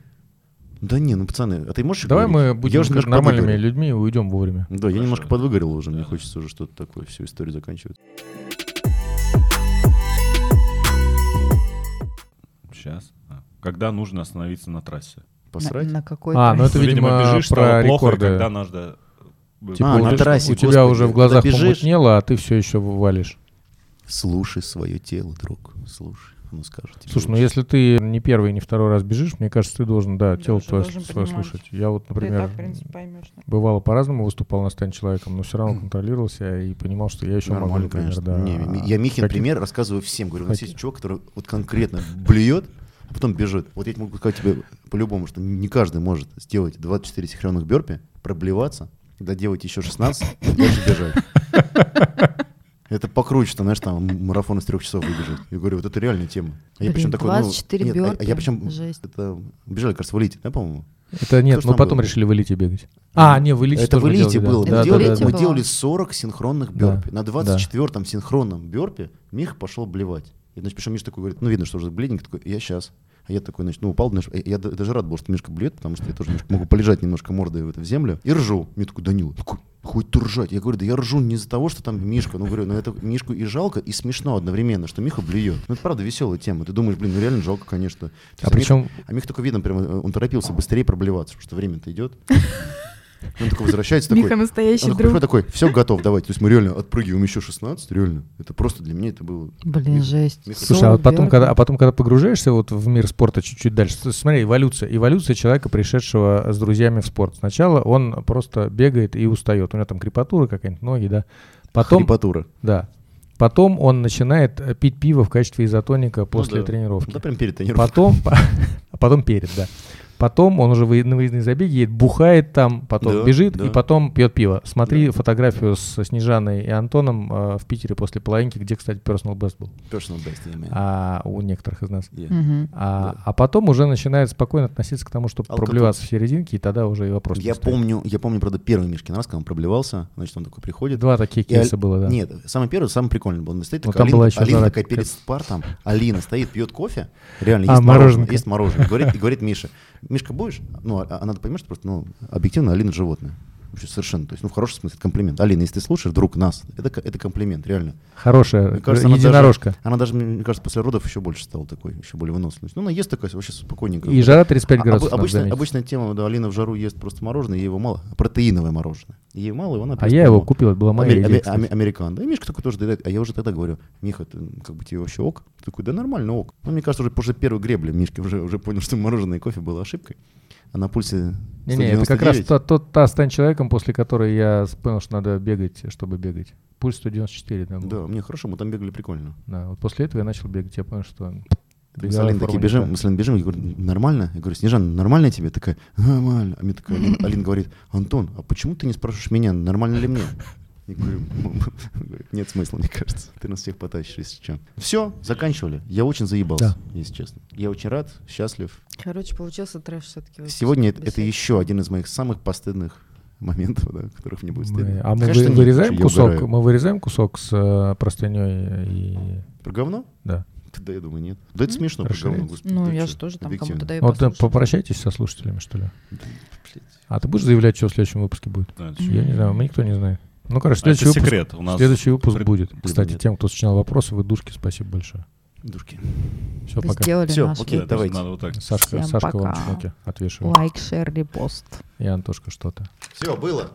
B: Да не, ну пацаны, а ты можешь
D: Давай
B: говорить?
D: мы
B: Я
D: будем
B: уже
D: как
B: немножко
D: нормальными
B: подвыгорел.
D: людьми и уйдем вовремя.
B: Да, я
A: Хорошо.
B: немножко подвыгорел уже, мне
A: Да.
B: хочется уже что-то такое, всю историю заканчивать.
A: Сейчас. А. Когда нужно остановиться на трассе?
B: Посрать?
C: На, на какой
D: А, ну это,
A: Ну,
D: видимо,
A: бежишь,
D: про
A: стало плохо, и
D: рекорды.
A: когда надо...
D: Типа,
B: А,
D: у
B: на
D: тебя-
B: трассе,
D: у тебя
B: господи,
D: уже в глазах
B: добежишь.
D: помутнело, а ты все еще валишь.
B: Слушай свое тело, друг. Слушай. Ну скажет тебе
D: Слушай, ну
B: лучше.
D: если ты не первый и не второй раз бежишь, мне кажется, ты должен, да,
E: Да,
D: тело
E: уже
D: твое
E: должен
D: свое
E: понимать.
D: слушать. Я вот,
E: Ты и
D: например,
E: так, в принципе, поймешь. да.
D: бывало по-разному выступал на стане человеком, но все равно контролировался и понимал, что я еще могу,
B: Нормально,
D: например,
B: конечно.
D: да.
B: Не, ми- я Михин
D: Какие-
B: пример рассказываю всем. Говорю, у нас
D: Какие?
B: есть чувак, который вот конкретно блюет, а потом бежит. Вот я тебе могу сказать тебе по-любому, что не каждый может сделать 24 синхронных бёрпи, проблеваться, доделать еще 16 и дальше бежать. Это покруче, что, знаешь, там марафон из трех часов выбежит. Я говорю, вот это реальная тема. А я
E: Блин,
B: причем такой, ну,
E: 24
B: нет, а- а
E: бёрпи.
B: я причем
E: Жесть.
B: это бежали, кажется, в элите, да, по-моему?
D: Это нет,
B: Что ж
D: но
B: там
D: потом
B: было?
D: решили в элите бегать. А, не, в элите
B: Это в
D: тоже
B: элите
D: делали,
B: было.
E: да.
B: Мы,
E: Это
B: делали,
E: в элите
B: мы
E: было.
B: делали 40 синхронных
D: Да,
B: бёрпи. На 24-м синхронном бёрпе Миха пошел блевать. И, значит, причем Миша такой говорит, ну, видно, что уже бледник, такой, я сейчас. А я такой, значит, ну, упал, знаешь, я, я даже рад был, что Мишка блед, потому что я тоже немножко могу полежать немножко мордой в, это, в землю. И ржу. Мне такой, Данила, такой, хуй ты ржать. Я говорю, да я ржу не из-за того, что там Мишка. Ну, говорю, ну, это Мишку и жалко, и смешно одновременно, что Миха блюет. Ну, это правда веселая тема. Ты думаешь, блин, ну, реально жалко, конечно. То
D: А
B: есть
D: причем-
B: а Мих только видно, прям, э, он торопился быстрее проблеваться, потому что время-то идет. Он такой возвращается, такой,
E: Миха настоящий
B: он такой,
E: друг.
B: приходит такой, все, готов, давайте. То есть мы реально отпрыгиваем еще 16, реально. Это просто для меня это было...
C: Блин,
B: Миха-
C: жесть.
B: Миха-
D: Слушай, а вот
E: Соло,
D: потом,
E: бёрпи.
D: когда, а потом, когда погружаешься вот в мир спорта чуть-чуть дальше, с- смотри, эволюция, эволюция человека, пришедшего э, с друзьями в спорт. Сначала он просто бегает и устает, у него там крепатура какая-нибудь, ноги, да. Потом,
B: Хрипатура.
D: да. Потом он начинает э, пить пиво в качестве изотоника после
B: Ну да.
D: тренировки.
B: Да, прям перед тренировкой.
D: Потом, *laughs* а потом перед, да. Потом он уже выезд- на выездные забеги едет, бухает там, потом
B: Да,
D: бежит
B: да.
D: и потом пьет пиво. Смотри
B: Да.
D: фотографию с Снежаной и Антоном э, в Питере после половинки, где, кстати, personal best был
B: Personal best, я имею.
D: а, у некоторых из нас.
B: Yeah.
C: Мгм.
D: А,
B: Да.
D: а потом уже начинает спокойно относиться к тому, чтобы
B: Алкоголь.
D: проблеваться в серединке, и тогда уже и вопрос. не
B: Я
D: стоит.
B: помню, я помню, правда, первый Мишкин раз, когда он проблевался, значит, он такой приходит.
D: Два таких
B: И Аль-
D: кейса было, да.
B: Нет, самый первый, самый прикольный был. Он стоит
D: Ну,
B: такая,
D: там
B: Алина,
D: была еще
B: Алина
D: жара
B: такая перед
D: какая-то.
B: спартом. Алина стоит, пьет кофе. Реально,
D: А,
B: есть мороженое.
D: мороженка.
B: Есть мороженое. Говорит, и говорит Миша, Мишка, будешь? Ну, а- а- она понимает, что просто, ну, объективно Алина животное. Вообще совершенно. То есть, ну, в хорошем смысле, это комплимент. Алина, если ты слушаешь, друг нас, это, к- это комплимент, реально.
D: Хорошая
B: Мне кажется, она
D: единорожка.
B: Она даже, мне кажется, после родов еще больше стала такой, еще более выносливой. Ну, она ест такая вообще спокойненько.
D: И жара 35
B: А-
D: градусов.
B: обы-
D: надо
B: обычная,
D: заметить.
B: обычная тема, да, Алина в жару ест просто мороженое, ей его мало, протеиновое мороженое. Ей мало, и она
D: а
B: просто
D: я его
B: мало.
D: купил, это была моя
B: Э, Амер-
D: идея,
B: аме-
D: кстати.
B: аме- американ. Да, и Мишка такой тоже доедает. А я уже тогда говорю, Миха, ты, м, как бы тебе вообще ок? Ты такой, да нормально, ок. Ну, мне кажется, уже после первой гребли Мишка уже, уже понял, что мороженое и кофе было ошибкой. А на пульсе
D: Не-не, это как раз
B: 199.
D: та, тот- та стань человеком, после которой я с- понял, что надо бегать, чтобы бегать. Пульс 194 там был.
B: Да, мне хорошо, мы там бегали прикольно.
D: Да, вот после этого я начал бегать, я понял, что...
B: Мы с
D: беговая
B: Алиной
D: форма
B: такие
D: не
B: бежим,
D: та.
B: мы с Алиной бежим, я говорю, нормально? Я говорю, Снежан, нормально тебе? Такая, нормально. А мне такая, Алина, Алина говорит, Антон, а почему ты не спрашиваешь меня, нормально ли мне? Я говорю, *laughs* «М, м». Говорит, нет смысла, мне кажется. Ты нас всех потащишь, если что. Все, заканчивали. Я очень заебался, если честно. Я очень рад, счастлив.
E: Короче, получился трэш все-таки.
B: Сегодня это, это еще один из моих самых постыдных моментов, да, которых мне будет
D: Мы-
B: стыдно.
D: а мы
B: Конечно,
D: вы-
B: нет,
D: вырезаем
B: я
D: кусок,
B: угораю.
D: мы вырезаем кусок с э, простыней и
B: Про говно?
D: да.
B: Да, я думаю, нет. Да это
E: М?
B: смешно, про говно,
D: Расширяется.
B: господи.
E: Ну,
B: да
E: я
B: чё,
E: же тоже там
B: объективно.
E: кому-то даю
D: Вот э,
E: послушать.
D: по- попрощайтесь со слушателями что ли? А ты будешь заявлять, что в следующем выпуске будет?
A: Да, это
D: Я не знаю, мы никто не знает. Ну короче,
A: А Это
D: следующий выпуск,
A: секрет. У нас
D: следующий выпуск
A: пред-
D: будет. Кстати,
B: нет.
D: тем, кто сочинял вопросы, вы душки, спасибо большое.
B: Душки.
D: Все,
E: Вы
D: пока.
E: сделали
B: Всё,
E: наш
B: окей,
A: Да,
B: давайте.
A: даже Надо вот так.
D: Сашка,
E: Всем
D: Сашка вам
E: пока.
D: чмоки отвешивает.
E: лайк, шер, репост.
D: И Антошка что-то.
B: Все, было.